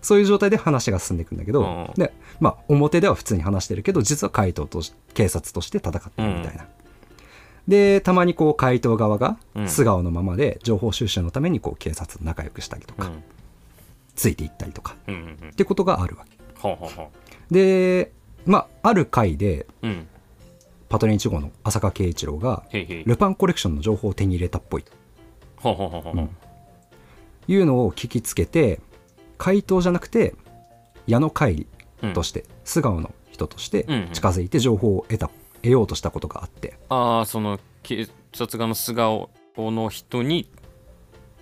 そういう状態で話が進んでいくんだけど、
うん
でまあ、表では普通に話してるけど実は怪盗とし警察として戦ってるみたいな。でたまにこう怪盗側が
うん
素顔のままで情報収集のためにこう警察と仲良くしたりと
あ
か、ついていったりとかっ
うんうんうんうん
てことがあるわけ。
ほうほうほ
で、まあ、ある回で
ううん
パトレイン1号の浅香圭一郎が
へいへい
ルパンコレクションの情報を手に入れたっぽいと
ほうほうほうほう
いうのを聞きつけて怪盗じゃなくて矢野帰り
うん
として、素顔の人として
うんうん
近づいて情報を得た得ようとしたことがあって
ああその警察側の素顔の人に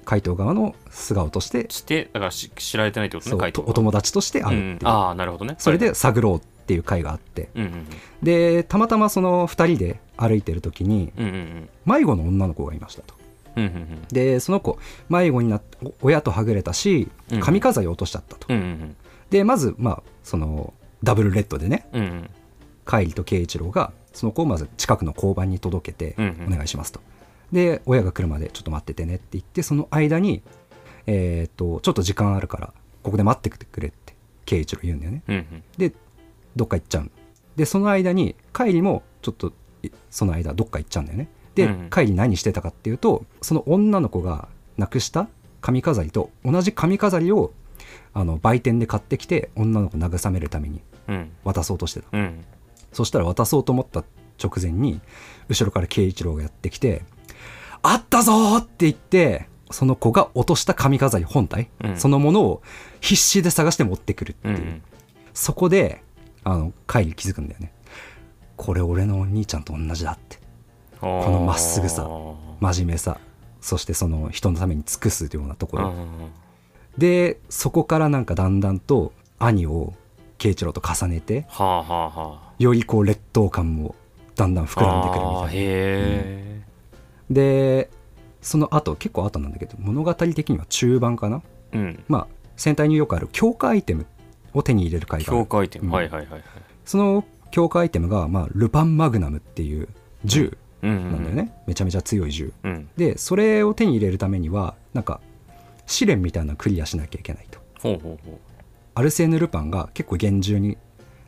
怪盗側の素顔として
してだからし知られてないってこと
そ
ね
う
回答
お友達として
う
会うっ
ん
ていう、
ああなるほどね
それで探ろうっていう会があって
うんうん
でたまたまその2人で歩いてる時に
うんうんうん
迷子の女の子がいましたと
うんうん
でその子迷子になってお親とはぐれたし
うん
髪飾りを落としちゃったと、
うんうん
でまずまあそのダブルレッドでね
うんうんうん
海里と圭一郎がその子をまず近くの交番に届けて
うんうん
お願いしますと、で親が来るまでちょっと待っててねって言ってその間にえーっとちょっと時間あるからここで待っててくれって圭一郎言うんだよね
うんうん
でどっか行っちゃうのでその間に海里もちょっといその間どっか行っちゃうんだよねで、
うん
海里何してたかっていうとその女の子がなくした髪飾りと同じ髪飾りをあの売店で買ってきて女の子慰めるために
うん
渡そうとしてた
うん
そしたら渡そうと思った直前に、後ろから慶一郎がやってきて、あったぞーって言って、その子が落とした髪飾り本体、
うん
そのものを必死で探して持ってくるって
う
い
ん
う。
うん
そこで、あの、帰り気づくんだよね。これ俺のお兄ちゃんと同じだって。
こ
のまっすぐさ真面目さ。そしてその人のために尽くすようなところ。で、そこからなんかだんだんと兄を慶一郎と重ねて、
はあはあは
よりこう劣等感もだんだん膨
あ
らんでくるみたいな
あー。へ
でその後結構後なんだけど物語的には中盤かな
えうん
まあ戦隊によくある強化アイテムを手に入れる回があ
強
る
化アイテ
うん
ムはいはいはいはい
その強化アイテムが、まあ、ルパンマグナムっていう銃
うんう
なんだよね、めちゃめちゃ強い銃
うん
でそれを手に入れるためにはなんか試練みたいなのをクリアしなきゃいけないと
ほうほうほ
アルセーヌ・ルパンが結構厳重に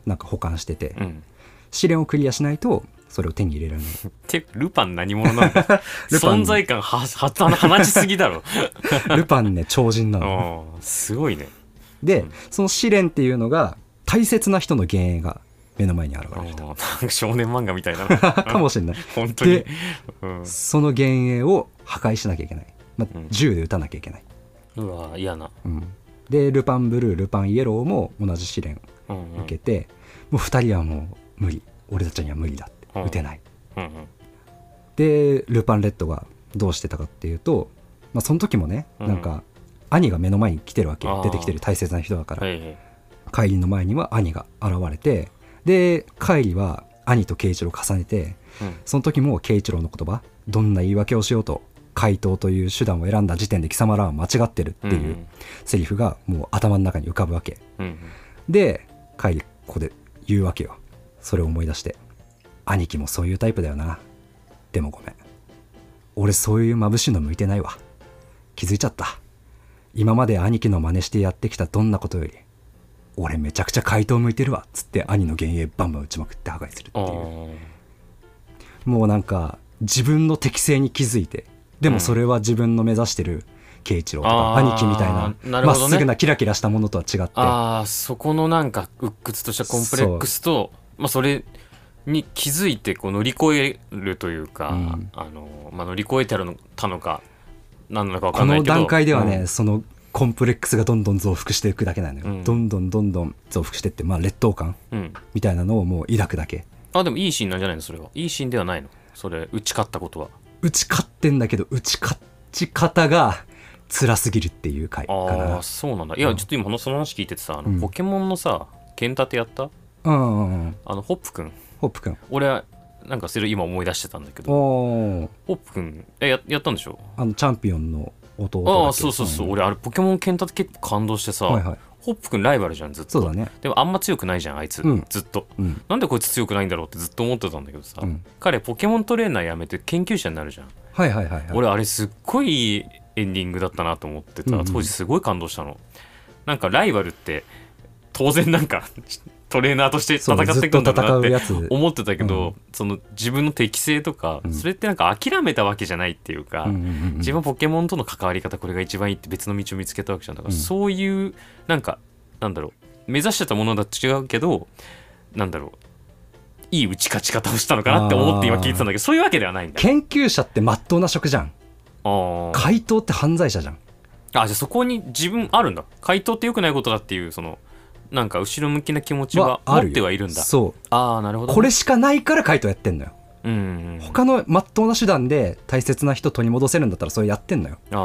なんか保管してて、
ううん
試練をクリアしないとそれを手に入れられない
てルパン何者 なんだ存在感はは放ちすぎだろ
ルパンね超人なの
うんすごいね
で、
うん
その試練っていうのが大切な人の幻影が目の前に現
う
れ
んな
る
んか少年漫画みたいだ な
かもしれない
本当に
で、
うん、
その幻影を破壊しなきゃいけない、まあ
うん
銃で撃たなきゃいけない、
うわ嫌な、
うんでルパンブルールパンイエローも同じ試練
うんうん
受けて、もう2人はもう無理俺たちには無理だって
うん
撃てない、
うんうん
でルパンレッドがどうしてたかっていうと、まあ、その時もね、
うん
なんか兄が目の前に来てるわけ
あー
出てきてる大切な人だから、
はいはい
カイリの前には兄が現れてでカイリは兄と慶一郎を重ねて
うん
その時も慶一郎の言葉どんな言い訳をしようと回答という手段を選んだ時点で貴様らは間違ってるっていうセリフがもう頭の中に浮かぶわけ
うんうん
でカイリここで言うわけよそれを思い出して兄貴もそういうタイプだよなでもごめん俺そういう眩しいの向いてないわ気づいちゃった今まで兄貴の真似してやってきたどんなことより俺めちゃくちゃ怪盗向いてるわっつって兄の幻影バンバン打ちまくって破壊するって
あ
いう
ー
もうなんか自分の適性に気づいてでもそれは自分の目指してる慶一郎とか
あー
兄貴みたいな
なる
まっ
ほどね
すぐなキラキラしたものとは違って
あーそこのなんか鬱屈としたコンプレックスとまあ、それに気づいてこう乗り越えるというか、
うん
あのまあ、乗り越えたのたのか何なのか分か
こ
んない
の
けど
段階ではね、
うん
そのコンプレックスがどんどん増幅していくだけなのよ、
うん
どんどんどんどん増幅してって、まあ、劣等感
うん
みたいなのをもう抱くだけ
あでもいいシーンなんじゃないのそれはいいシーンではないのそれ打ち勝ったことは
打ち勝ってんだけど打ち勝ち方が辛すぎるっていう回か
ああ
な
ーそうなんだいや、ちょっと今その話聞いててさあの、
うん
ポケモンのさ剣立てやった
うんうんうん
あのホップくん
ホップ君
俺はなんかそれ今思い出してたんだけど
おー
ホップくんえややったんでしょ
あのチャンピオンの弟だっけ
ああそうそうそう、
ん
俺あれポケモン剣立て結構感動してさ、
はいはい
ホップくんライバルじゃんずっと
そうだね
でもあんま強くないじゃんあいつ、
うん
ずっと
うん
なんでこいつ強くないんだろうってずっと思ってたんだけどさ、
うん
彼ポケモントレーナー辞めて研究者になるじゃん、
はいはいはいはい
俺あれすっごいいいエンディングだったなと思ってた、
うんうん
当時すごい感動したのなんかライバルって当然なんか トレーナーとして戦
そう
っていくんだろうなっ
ずっと戦うや
て
つ
思ってたけど、その自分の適性とか、
うん
それってなんか諦めたわけじゃないっていうか、
うんうんうんうん
自分はポケモンとの関わり方これが一番いいって別の道を見つけたわけじゃんだから、
うん
そういうなんかなんだろう目指してたものとは違うけどなんだろういい打ち勝ち方をしたのかなって思って今聞いてたんだけどそういうわけではないんだ
研究者って真っ当な職じゃん
あー
怪盗って犯罪者じゃん
あじゃあそこに自分あるんだ回答って良くないことだっていうそのなんか後ろ向きな気持ちは
は
持
ある
っ
よ
てはいるんだ
そう
ああなるほどね、
これしかないから怪盗やってんのよ
うんうんうん
他の真っ当な手段で大切な人取り戻せるんだったらそれやってんのよ
あ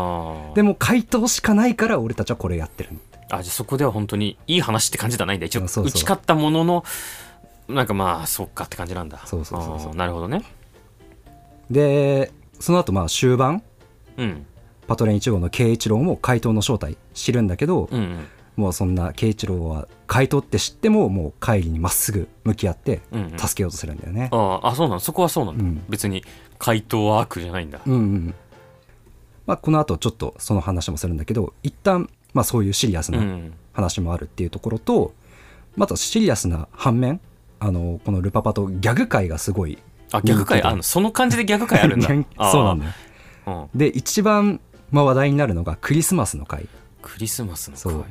ー
でも怪盗しかないから俺たちはこれやってる
あじゃあそこでは本当にいい話って感じではないんだ一応
そうそう
打ち勝ったもののなんかまあそっかって感じなんだ
そうそうそうそう
あーなるほどね
でその後まあ終盤
うん
パトレン1号の慶一郎も怪盗の正体知るんだけど、
うんうん
もうそんな慶一郎は怪盗って知ってももう会議にまっすぐ向き合って
うんうん
助けようとするんだよね、
あーあそうなのそこはそうなんだ、
うん
別に回答は悪じゃないんだ、
うんうんまあ、この後ちょっとその話もするんだけど一旦まあそういうシリア
う
ス
んう、
なん話もあるっていうところと、またシリアスな反面あのこの「ルパパ」とギャグ界がすごい
あ逆回あるのその感じで逆回あ るんだ
ギャグそうなんだよ
あーうん
で一番、まあ、話題になるのがクリスマスの回
クリスマスの
そ
回
う
は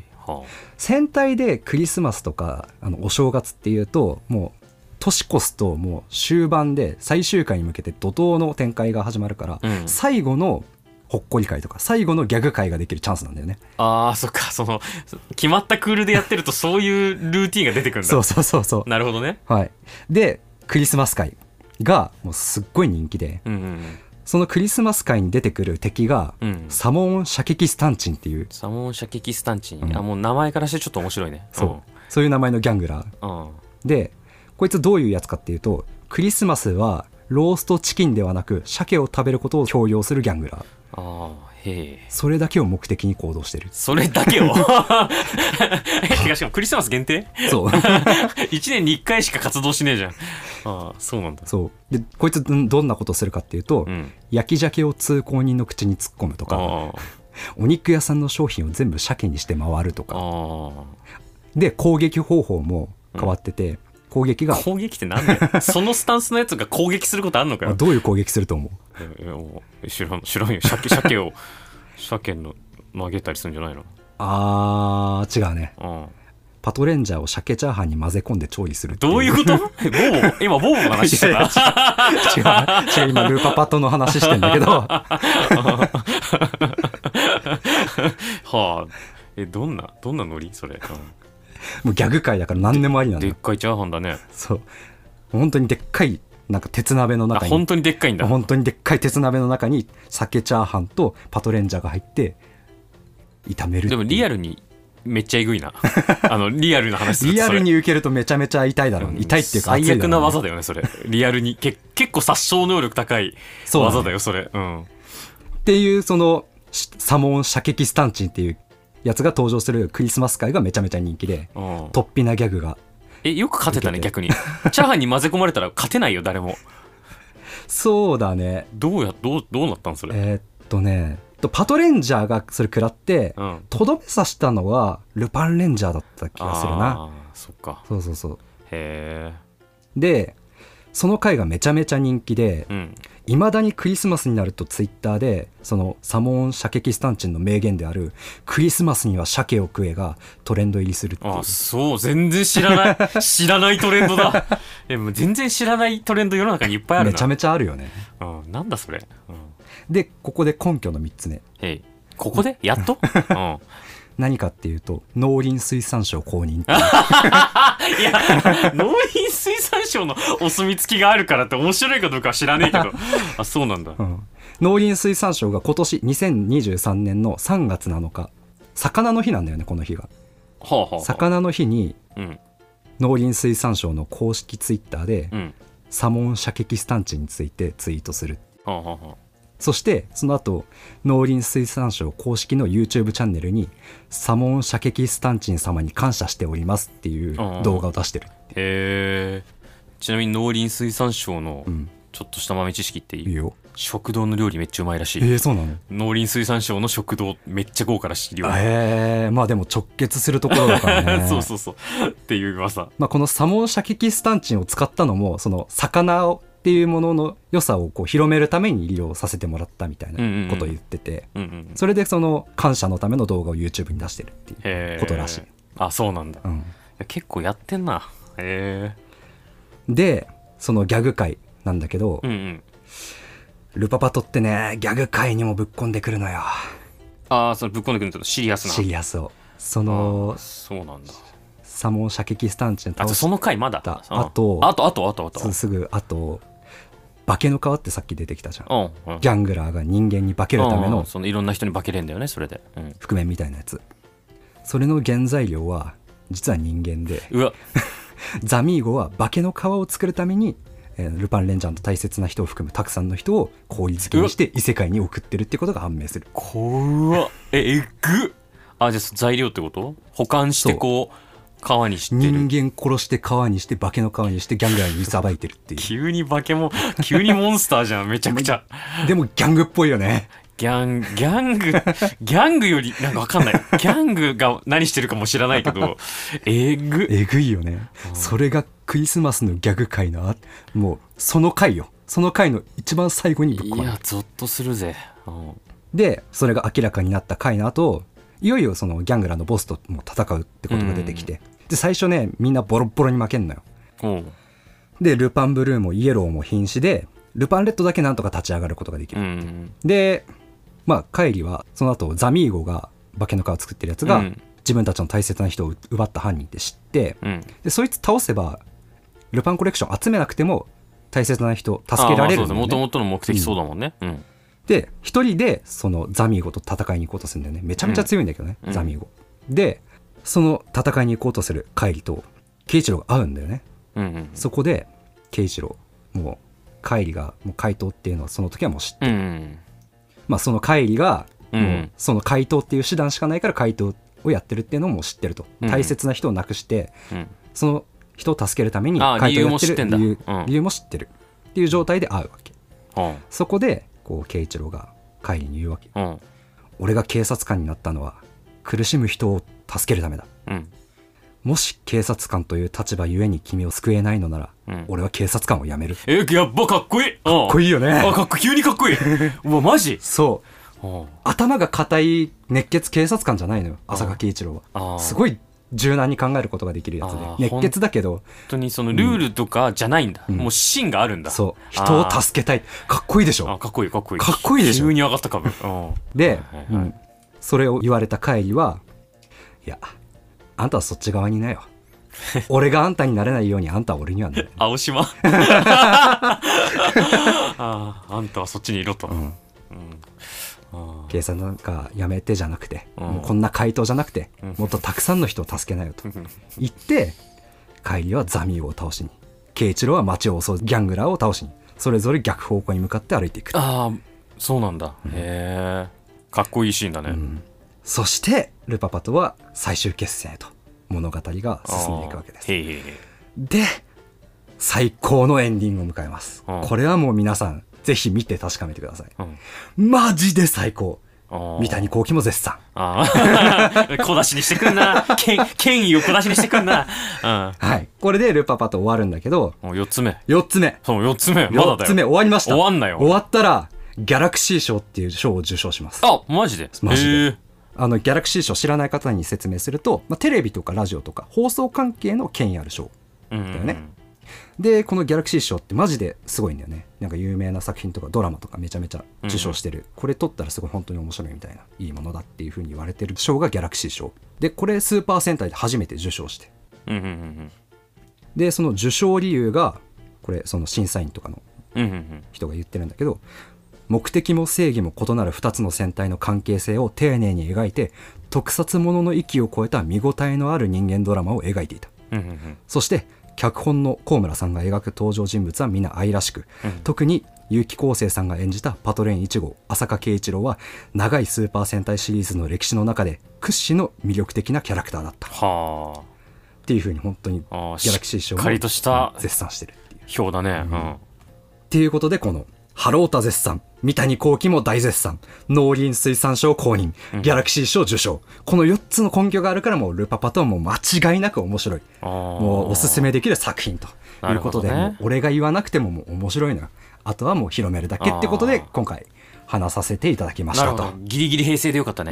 戦隊でクリスマスとかあのお正月っていうともう年越すともう終盤で最終回に向けて怒涛の展開が始まるから、
うん
最後のほっこり会とか最後のギャグ会ができるチャンスなんだよね
ああーそっかそのそ決まったクールでやってるとそういうルーティンが出てくるんだ
そうそうそうそう
なるほどね
はい、でクリスマス会がもうすっごい人気で
うんうん
そのクリスマス会に出てくる敵が、
うんうん
サモン射撃スタンチンっていう
サモン射撃スタンチン、
うん
あもう名前からしてちょっと面白いね
そう,、そういう名前のギャングラ
う
ー
ん、うん
でこいつどういうやつかっていうとクリスマスはローストチキンではなく鮭を食べることを強要するギャングラー
ああへえ
それだけを目的に行動してる
それだ けをえしかもクリスマス限定
そう
1年に1回しか活動しねえじゃんああそうなんだ
そうでこいつんどんなことをするかっていうと、
うん
焼き鮭を通行人の口に突っ込むとか
あ
お肉屋さんの商品を全部鮭にして回ると
あ
か
あ
で攻撃方法も変わってて、攻撃
あ
が
攻撃ってなんだよそのスタンスのやつが攻撃することあんのか
まあ
よ
どういう攻撃すると思う
いやもう知らん知らんよ鮭鮭を 鮭の投げたりするんじゃないの
あー違うね
ああ
パトレンジャーを鮭チャーハンに混ぜ込んで調理するって
どういうことボーボ今ボーボの話してた
違う違う今ルーパパとの話してんだ けど
はあえどんなどんなノリそれ、う
もうギャグ界だから何でもありなんんだ
でっ
よ
かいチャーハンだね
そう本当にでっかいなんか鉄鍋の
あ
中に
本当にでっかいんだ
本当にでっかい鉄鍋の中に鮭チャーハンとパトレンジャーが入って炒めるって
で
いう
もリアルにめっちゃえぐい なあのリアルな話すると
リア
それ
ルに受けるとめちゃめちゃ痛いだろうね痛いっていうか熱いだ
最悪
ろうね
な技だよねそれリアルにけ結構殺傷能力高い
そうだね
技だよそれうん
っていうそのしサモン射撃スタンチンっていうやつが登場するクリスマス会がめちゃめちゃ人気で
うん
突飛なギャグが
えよく勝てたね
受け
逆にチャーハンに混ぜ込まれたら勝てないよ誰も
そうだね
どうやどうどうなったんそれ
えーっとねとパトレンジャーがそれ食らって
うん
とどめ刺したのはルパンレンジャーだった気がするな
あーそっか
そうそうそう
へ
でその回がめちゃめちゃ人気で
えうん
いまだにクリスマスになるとツイッターでそのサモン射撃スタンチンの名言である「クリスマスには鮭を食え」がトレンド入りするっていう
あそう全然知らない 知らないトレンドだえもう全然知らないトレンド世の中にいっぱいあるな
めちゃめちゃあるよね
うん、なんだそれ、うん、
でここで根拠の3つ目
へいここでやっと、 うん、
何かっていうと農林水産省公認っていう
いや農林水産省のお墨付きがあるからって面白いかどうかは知らねえけ どあそうなんだ
うん農林水産省が今年2023年の3月7日魚の日なんだよねこの日が
はあはあはあ
魚の日に
うん
農林水産省の公式ツイッターで
うん
サモン射撃スタンチについてツイートする
はあはあはあ
そしてその後農林水産省公式の YouTube チャンネルにサモン射撃スタンチン様に感謝しておりますっていう動画を出してる、
へえちなみに農林水産省の
ん
ちょっとした豆知識ってい
いい
い
よ
食堂の料理めっちゃうまいらしい
えー、そうなの
農林水産省の食堂めっちゃ豪華らしいよ
えー、まあでも直結するところだから ね
そうそうそうっていう噂
まあ、このサモン射撃スタンチンを使ったのもその魚をっていうものの良さをこう広めるために利用させてもらったみたい
うんうんう
なんことを言ってて、
うんうん
それでその感謝のための動画を YouTube に出してるっていう、
へー
ことらしい
あそうなんだ、
う
い
ん、
や結構やってんなへ
でそのギャグ界なんだけど、
えうんうん
ルパパトってねギャグ界にもぶっ込んでくるのよ
ああそのぶっこんでくるのちょっとシリアスな
シリアスをそ
あ
の
ーそうなんだ
サモン射撃スタンチン
あ
倒
じゃあ
し
その回まだ
だ
うん
あと
あとあとあとあと
たすぐあと化けの皮ってさっき出てきたじゃん
うんうん
ギャングラーが人間に化けるため
うんう
の
んそのいろんな人に化けれんだよねそれで、うん、
覆面みたいなやつそれの原材料は実は人間で
うわ
ザミーゴは化けの皮を作るために、えールパンレンジャーの大切な人を含むたくさんの人を氷漬けにして異世界に送ってるってことが判明する
怖っええっぐあじゃあ材料ってこと保管してこう川にして
人
る
間殺して皮にして化けの皮にしてギャングラーにさばいてる っていう
急に化け物急にモンスターじゃんめちゃくちゃ
でもギャングっぽいよね
ギャンギャング ギャングよりなんかわかんないギャングが何してるかも知らないけ どえぐ
えぐいよねそれがクリスマスのギャグ界のあもうその回よその回の一番最後にぶっ
い
込んで
やゾッとするぜ、うん、
でそれが明らかになった回の後いよいよそのギャングラーのボスとも戦うってことが出てきて、で最初ねみんなボロッボロに負けんのよ
おう
でルパンブルーもイエローも瀕死でルパンレッドだけなんとか立ち上がることができ
う
る、
ん
でまあカイリはその後ザミーゴが化けの皮を作ってるやつが、
うん
自分たちの大切な人を奪った犯人って知って
うん
でそいつ倒せばルパンコレクション集めなくても大切な人助けられるんだよね
もともとの目的そうだもんねうん
で一人でそのザミーゴと戦いに行こうとするんだよねめちゃめちゃ強いんだけどね、
うん
ザミーゴでその戦いに行こうとするカイリとケイチロウが会うんだよね
うんうん
そこでケイチロウもうカイリがもう怪盗っていうのはその時はもう知って、
うん
まあそのカイリが
うん
もうその怪盗っていう手段しかないから怪盗をやってるっていうのをもう知ってると、
うん
大切な人を亡くして
うん
その人を助けるために
あ
怪盗をや
理由も知ってんだ
理由
うん
理由も知ってるっていう状態で会うわけ
うん
そこでこうケイチロウがカイリに言うわけ
うん
俺が警察官になったのは苦しむ人を助けるためだ
うん
もし警察官という立場ゆえに君を救えないのなら、
うん
俺は警察官を辞めるか
えやっばかっこいいかっ
っこいいよね
あかっこ急にかっこ いいうわマジ
そう
うん
頭が固い熱血警察官じゃないのよ浅
あ
香圭一郎
あー
はすごい柔軟に考えることができるやつ
あ
で
ー
熱血だけど
本当にそのルールとかじゃないんだ、
うん
もう芯があるんだ
そう人を助けたいかっこいいでし
あーあ
ょ
かっこいいかっこいい
かっこいいでしょ
急に上がった株、うん、
で、
はいはいはい
うんそれを言われた帰りはいやあんたはそっち側に いなよ俺があんたになれないようにあんたは俺にはなれない
青島 あーあんたはそっちにいろと、うんあ
計算なんかやめてじゃなくて、
うん
もうこんな回答じゃなくて、
うん
もっとたくさんの人を助けなよと
ー
言って帰りはザミーゴを倒しに慶一郎は町を襲うギャングラーを倒しにそれぞれ逆方向に向かって歩いていく、
あーそうなんだ、へえかっこいいシーンだね、
うんそしてルパパとは最終決戦へと物語が進んでいくわけです
あーへいへいへい
で最高のエンディングを迎えます、
うん
これはもう皆さんぜひ見て確かめてください
うん
マジで最高
あー
三谷幸喜も絶賛
あー 小出しにしてくんな権権威を小出しにしてくんな、
はいこれでルパパと終わるんだけど
うん、もう4つ目
4つ目
そう4つ目まだだよ
4つ目終わりました
終わんなよ
終わったらギャラクシー賞っていう賞を受賞します
あマジで
マジで
へー
あのギャラクシー賞知らない方に説明すると、まあ、テレビとかラジオとか放送関係の権威ある賞
うんうんうん
だよねでこのギャラクシー賞ってマジですごいんだよねなんか有名な作品とかドラマとかめちゃめちゃ受賞してる、これ取ったらすごい本当に面白いみたいないいものだっていうふうに言われてる賞がギャラクシー賞でこれスーパー戦隊で初めて受賞して
うんうんうん
でその受賞理由がこれその審査員とかの
うんうんうん
人が言ってるんだけど目的も正義も異なる2つの戦隊の関係性を丁寧に描いて特撮ものの域を超えた見応えのある人間ドラマを描いていた
うんうんうんうん
そして脚本の高村さんが描く登場人物は皆愛らしく、特に結城康生さんが演じたパトレイン1号浅香慶一郎は長いスーパー戦隊シリーズの歴史の中で屈指の魅力的なキャラクターだったっ
は
ていうふうに本当にギ
ああー
ャラクシー賞
しっかりとした
絶賛してるっていう。
表だね、うん
っていうことでこの「ハロータ絶賛」「三谷幸喜も大絶賛」「農林水産省公認」「ギャラクシー賞受賞」この4つの根拠があるからもうルパパとはもう間違いなく面白い
あー
もうおすすめできる作品と
ないる
う
ほ
こと
ど
で、
ね
もう俺が言わなくてももう面白いのよあとはもう広めるだけってことで
あー
今回話させていただきまし
なる
た
ほ
と
どギリギリ平成でよかったね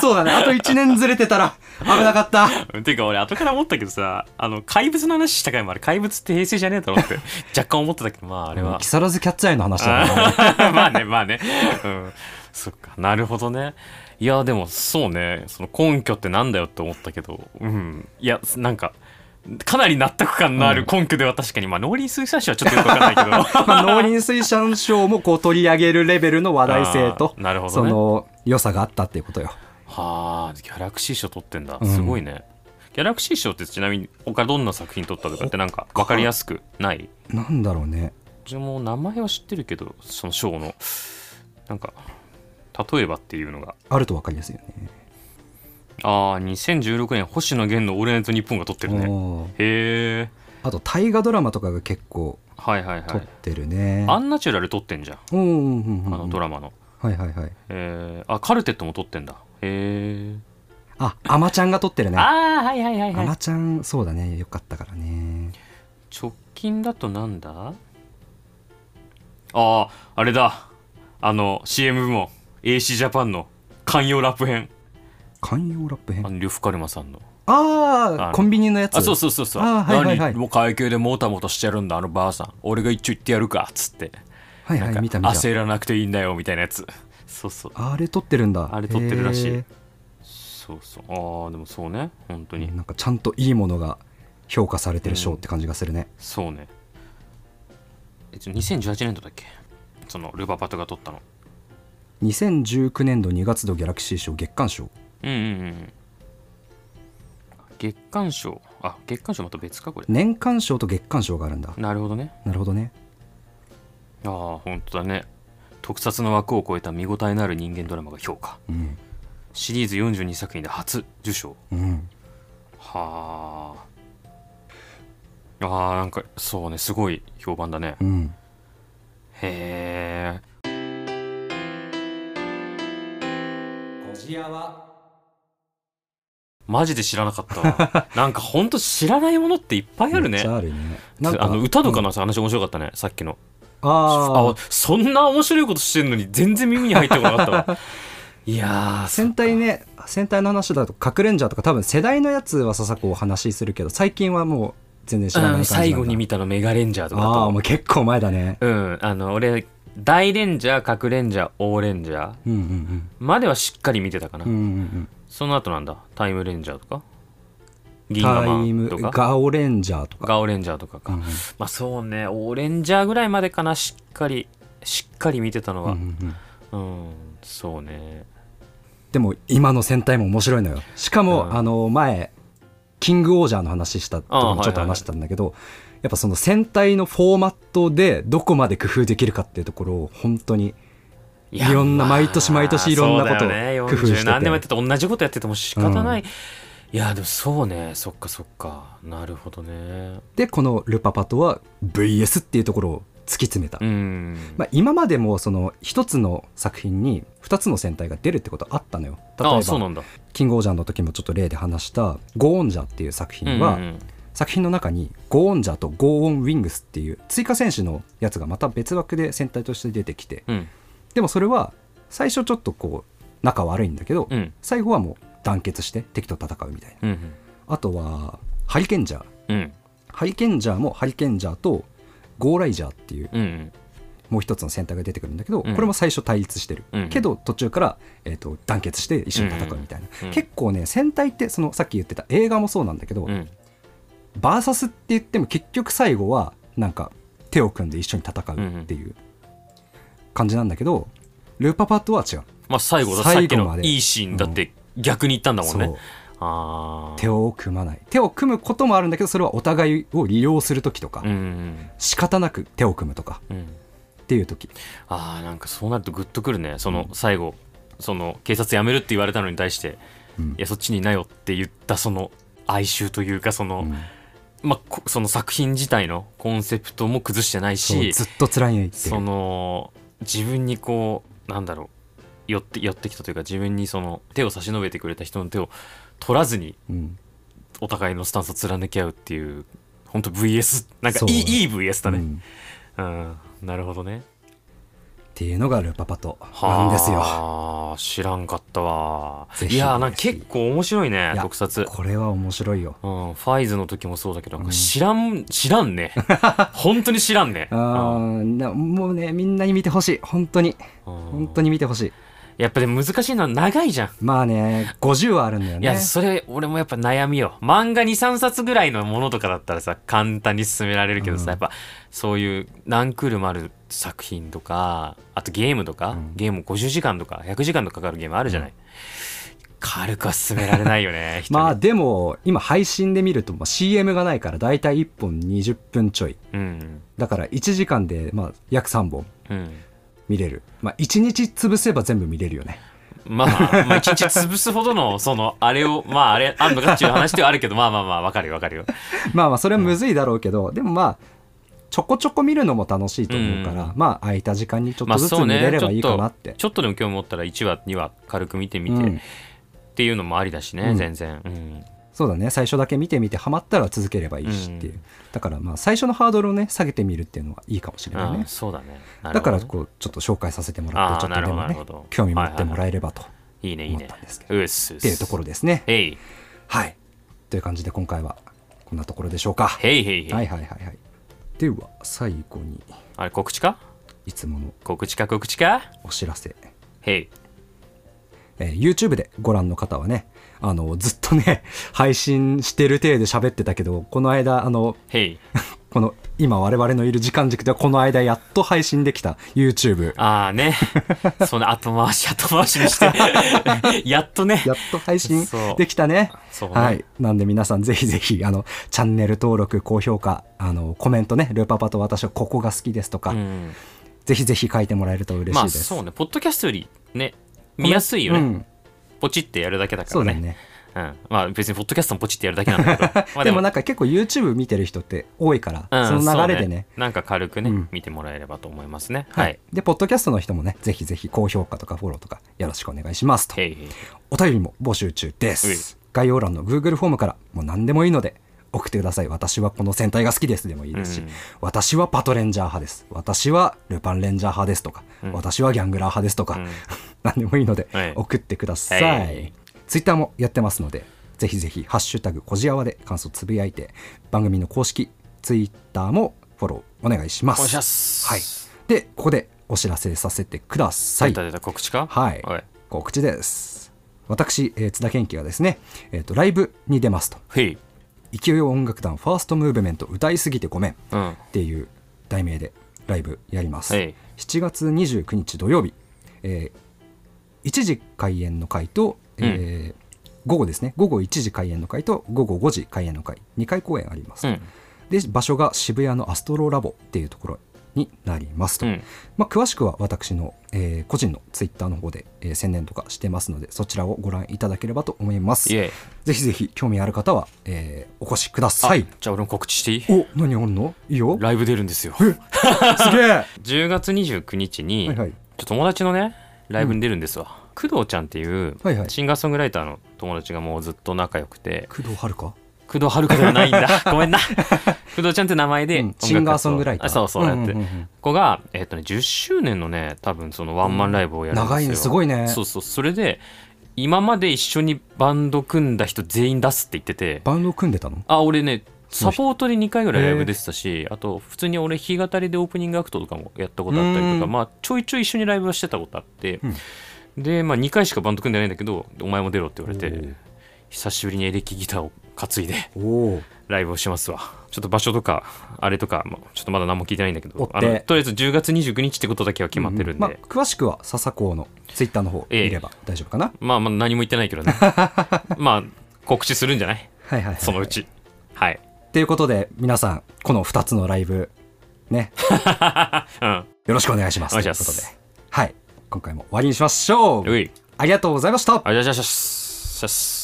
そうだねあと1年ずれてたら危なかった
ていうか俺後から思ったけどさあの怪物の話した回もあれ怪物って平成じゃねえだ ろって若干思ってたけどまああれは
木更津キャッツアイの話だな
あ まあねまあね、うん、そっかなるほどねいやでもそうねその根拠ってなんだよって思ったけどうんいやなんかかなり納得感のある根拠では確かに、まあ農林水産省はちょっとよくわかんない けど
まあ、農林水産省もこう取り上げるレベルの話題性と
あーなるほどね
その良さがあったっていうことよ
はあギャラクシー賞取ってんだ
ん
すごいね、ギャラクシー賞ってちなみに他どんな作品取ったとかってなんか分かりやすくない
なんだろうね
自分も名前は知ってるけどその賞のなんか例えばっていうのが
あると分かりやすいよね
ああ2016年星野源の「オールナイトニッポン」が撮ってるね
おー
へえ
あと大河ドラマとかが結構
はいはいは
撮っ
い
てるね、
アンナチュラル撮ってんじゃん
うんうんうんうん
あのドラマの、
はいはいはい
えーあカルテットも撮ってんだへえ
あアマちゃんが撮ってるねア
ああはいはいはい
マちゃんそうだねよかったからね
直近だとなんだああーあれだあの CM 部門 AC ジャパンの寛容ラップ編
寛容ラップ編
あの呂布カルマさんの
あ
あ
あ
の
コンビニのやつ
あそうそうそうそう
あーはいはいはい
何もう会計でもたもたしてるんだあのばあさん俺が一応言ってやるかっつって
はい
なん
は
か
い見た見た
焦らなくていいんだよみたいなやつそうそう
あれ撮ってるんだ
あれ撮ってるらしい
へー
そうそうああでもそうね本当に、
なんかちゃんといいものが評価されてる賞って感じがするね、
そうねえちょ2018年度だっけそのルパパトが撮ったの
2019年度2月度ギャラクシー賞月間賞
うんうんうんうん月刊賞あ月刊賞また別かこれ
年間賞と月間賞があるんだ
なるほどね
なるほどね
ああ本当だね特撮の枠を超えた見応えのある人間ドラマが評価
うん
シリーズ42作品で初受賞
うん
はああーなんかそうねすごい評判だね
うん
へえ
こじやは
マジで知らなかった わなんかほんと知らないものっていっぱいあるね
あるねなんか
あの歌とか
うん
の話面白かったね、さっきの
あ
あ
あ
そんな面白いことしてんのに全然耳に入ってこなかった わいやー
戦隊ね戦隊の話だと「かくれんじゃ」とか多分世代のやつはささこうお話しするけど最近はもう全然知らない
うん
感じなんだ
最後に見たのメガレンジャーとかだ
ああも
と
う結構前だね
うんあの俺大レンジャー核レンジャーオレンジャー
うんうん
まではしっかり見てたかな、
うんうんうん
その後なんだタイムレンジャーとか
うん
銀河
タ
マ
イ
ン
ム
とか
ガオレンジャーとか
ガオレンジャーとかか、
うんうん
まあそうねオレンジャーぐらいまでかなしっかりしっかり見てたの
うんう
は
んうん
うん、そうね
でも今の戦隊も面白いのよしかも、
うん
あの前キングオージャーの話したと
ああ
もちょっと話したんだけど、やっぱその戦隊のフォーマットでどこまで工夫できるかっていうところを本当に
い
いろんな毎年毎年いろんなことを工夫して
そうだ
て
よね40何年もやってて同じことやってても仕方ない、いやでもそうねそっかそっかなるほどね
でこの「ルパパ」とは VS っていうところを突き詰めた、
うん
まあ、今までもその一つの作品に2つの戦隊が出るってことあったのよ例え
あ
ば
あそうなんだ
キングオージャーの時もちょっと例で話した「ゴーオンジャー」っていう作品は、
うんうんうん
作品の中に「ゴーオンジャー」と「ゴーオンウィングス」っていう追加戦士のやつがまた別枠で戦隊として出てきて
うん
でもそれは最初ちょっとこう仲悪いんだけど、
うん
最後はもう団結して敵と戦うみたいな
うん
あとはハリケンジャー
うん
ハリケンジャーもハリケンジャーとゴーライジャーっていう
うんうん
もう一つの戦隊が出てくるんだけど、
うん
これも最初対立してる、
うん
けど途中から、えー、と団結して一緒に戦うみたいな、
うん
結構ね戦隊ってそのさっき言ってた映画もそうなんだけど、
うん
バーサスって言っても結局最後はなんか手を組んで一緒に戦うっていう感じなんだけど、ルーパパとは違う
まあ最後ださっ
最
き
後ま
の
で
いいシーンだって逆に言ったんだもん
そう
ねああ
手を組まない手を組むこともあるんだけどそれはお互いを利用する時とか、
うん
仕方なく手を組むとか
うんうん
っていう時
ああなんかそうなるとグッとくるねその最後その警察辞めるって言われたのに対して、
うん
いやそっちにいなよって言ったその哀愁というかその、
うん
まあこその作品自体のコンセプトも崩してない
そう
し
ずっと辛いの言ってる
その自分にこうなんだろう寄って寄ってきたというか自分にその手を差し伸べてくれた人の手を取らずに
うん
お互いのスタンスを貫き合うっていう本当 VS なんか
そう
いいいい VS だ
う
ね
ん
うん、なるほどね
っていうのがルパパとなんですよ
はあ知らんかったわ
ぜひ
いやーなんか結構面白いね
いや
特撮
これは面白いよ
うん、ファイズの時もそうだけど、なんか知らん、知らん ね。本当に知らんね。
あーなもうねみんなに見てほしい本当に
本
本当に見てほしい
やっぱでも難しいのは長いじゃん。
まあね50はあるんだよ
い
ね
や、それ、俺もやっぱ悩みよ。漫画2、3冊ぐらいのものとかだったらさ、簡単に進められるけどさ、
うん
やっぱ、そういう何クールもある作品とか、あとゲームとか、
うん
ゲーム50時間とか、100時間とかかかるゲームあるじゃない。軽くは進められないよね、人に
まあでも今配信で見るとまあ CM がないからだいたい1本20分ちょい
うん。
だから1時間でまあ約3本
うん。
見れるまあ1日潰せば全部見れるよね
まあ、まあ、一日潰すほどの、その、あれ を、まあ、あれ、あんのかっていう話ではあるけど、まあまあまあ、わかるよ、わかるよ。
まあまあそれはむずいだろうけど、でもまあちょこちょこ見るのも楽しいと思うから、
うん
まあ空いた時間にちょっ
まあ、
とずつ
そう
見れ
ね、
れ
ちょ
ばい
っ
いかな
と
って、、
ちょっとでも興味持ったら、1話、2話、軽く見てみ
う
て
ん、
っていうのもありだしね、
うん
全然。うん。
そうだね最初だけ見てみてハマったら続ければいいしっていう、
うん
だからまあ最初のハードルをね下げてみるっていうのはいいかもしれない
あ
ね
あそうだね。なる
だ
ほ
か
ど
らこうちょっと紹介させてもら
あー
ってちょっとでも
なる
ね
ほどなるほど
興味持ってもらえればと
いいね、いい
思っ
ね
た。んですけど、
うっす。
っていうところ
で。
ですね
へい。
はいという感じで今回はこんなところでしょうかはい
へいへい
は
へ
い
い。
はいはいでは最後に
あれ、告知か
いつもの
告知か、告知か
お知らせ
へい。
えー YouTube でご覧の方はね、あの、ずっとね、配信してる体で喋ってたけど、この間、あの、
へい。
この、今我々のいる時間軸ではこの間やっと配信できた YouTube。
ああ ね。その後回し、後回しに して。やっとね。
やっと配信
そう
できたね。
そうね
はい。なんで皆さんぜひぜひ、あの、チャンネル登録、高評価、あの、コメントね、ルーパパと私はここが好きですとか、
うん。
ぜひぜひ書いてもらえると嬉しい
まあ、
です。
そうね。ポッドキャストより、ね、見やすいよ
う
ね。
ん、
ポチってやるだけだか
そう
ら
だ
ね。う
よね。
ん、まあ別にポッドキャストもポチってやるだけなんだけ どまあ
でもなんか結構 YouTube 見てる人って多いから、
うん
その流れ
そ
で
う
ね、
なんか軽くね、
うん
見てもらえればと思いますねは
はいい、、でポッドキャストの人もねぜひぜひ高評価とかフォローとかよろしくお願いしますと
へいへい
お便りも募集中です概要欄の Google フォームからもう何でもいいので送ってください私はこの戦隊が好きですでもいいですし、
うん
私はパトレンジャー派です私はルパンレンジャー派ですとか、
うん
私はギャングラー派ですとか、
うん
何でもいいので
はい
送ってください、
はい
Twitter もやってますのでぜひぜひ「ハッシュタグこじあわ」で感想つぶやいて番組の公式 Twitter もフォローお願いしま
お願いし
す
ます
はい。で、ここでお知らせさせてくださ
出
い
た。出た告知か
はい
おい。
告知です。私、えー津田健貴がですね、えっ、と、ライブに出ますと。
へい
勢い音楽団ファーストムーブメント歌いすぎてごめんっ
うん
ていう題名でライブやります。
はい
7月29日土曜日、えー1時開演の回と、えー午後ですね、午後1時開演の回と午後5時開演の回、2回公演あります。
うん
で場所が渋谷のアストロラボっていうところになりますと、
うん
まあ、詳しくは私の、えー個人のツイッターの方で、えー宣伝とかしてますのでそちらをご覧いただければと思います
イエイ
ぜひぜひ興味ある方は、えーお越しください
あじゃあ俺も告知していい
お何あんのいいよ
ライブ出るんですよ
すげえは
10月29日に、
いは
ちょっ
い
と友達のねライブに出るんですわ、工藤ちゃんっていう
はいはい
シンガーソングライターの友達がもうずっと仲良くて
工藤遥
工藤遥香ではないん だごめんな工藤ちゃんって名前で、
うん
音楽活動
シンガーソングライター
あそうそうやって、
んんんん
子が、えっとね、10周年のね多分そのワンマンライブをやるんですよ、
長いねすごいね
そうそうそれで今まで一緒にバンド組んだ人全員出すって言ってて
バンド組んでたの
あ俺ね
その
サ
人
ポートで2回ぐらいライブ出てたしあと普通に俺弾き語りでオープニングアクトとかもやったことあったりとか、
うん
まあ、ちょいちょい一緒にライブはしてたことあって、
うん
で、まあ、2回しかバンド組んでないんだけどお前も出ろって言われ
お
て
ー
久しぶりにエレキギターを担いで
おお
ライブをしますわちょっと場所とかあれとかもちょっとまだ何も聞いてないんだけ
追
ど
って
あのとりあえず10月29日ってことだけは決まってるんで、
まあ、詳しくは笹子のツイッターの方見れば大丈夫かな、
まあまあ何も言ってないけどねまあ告知するんじゃない
はいはいはい
そのうちはい
ということで皆さんこの2つのライブね
うん
よろしくお願いします
お願いします
ということではい今回も終わりにしましょ
う
う
い
ありがとうございました
あじゃあじゃあじゃあじゃあ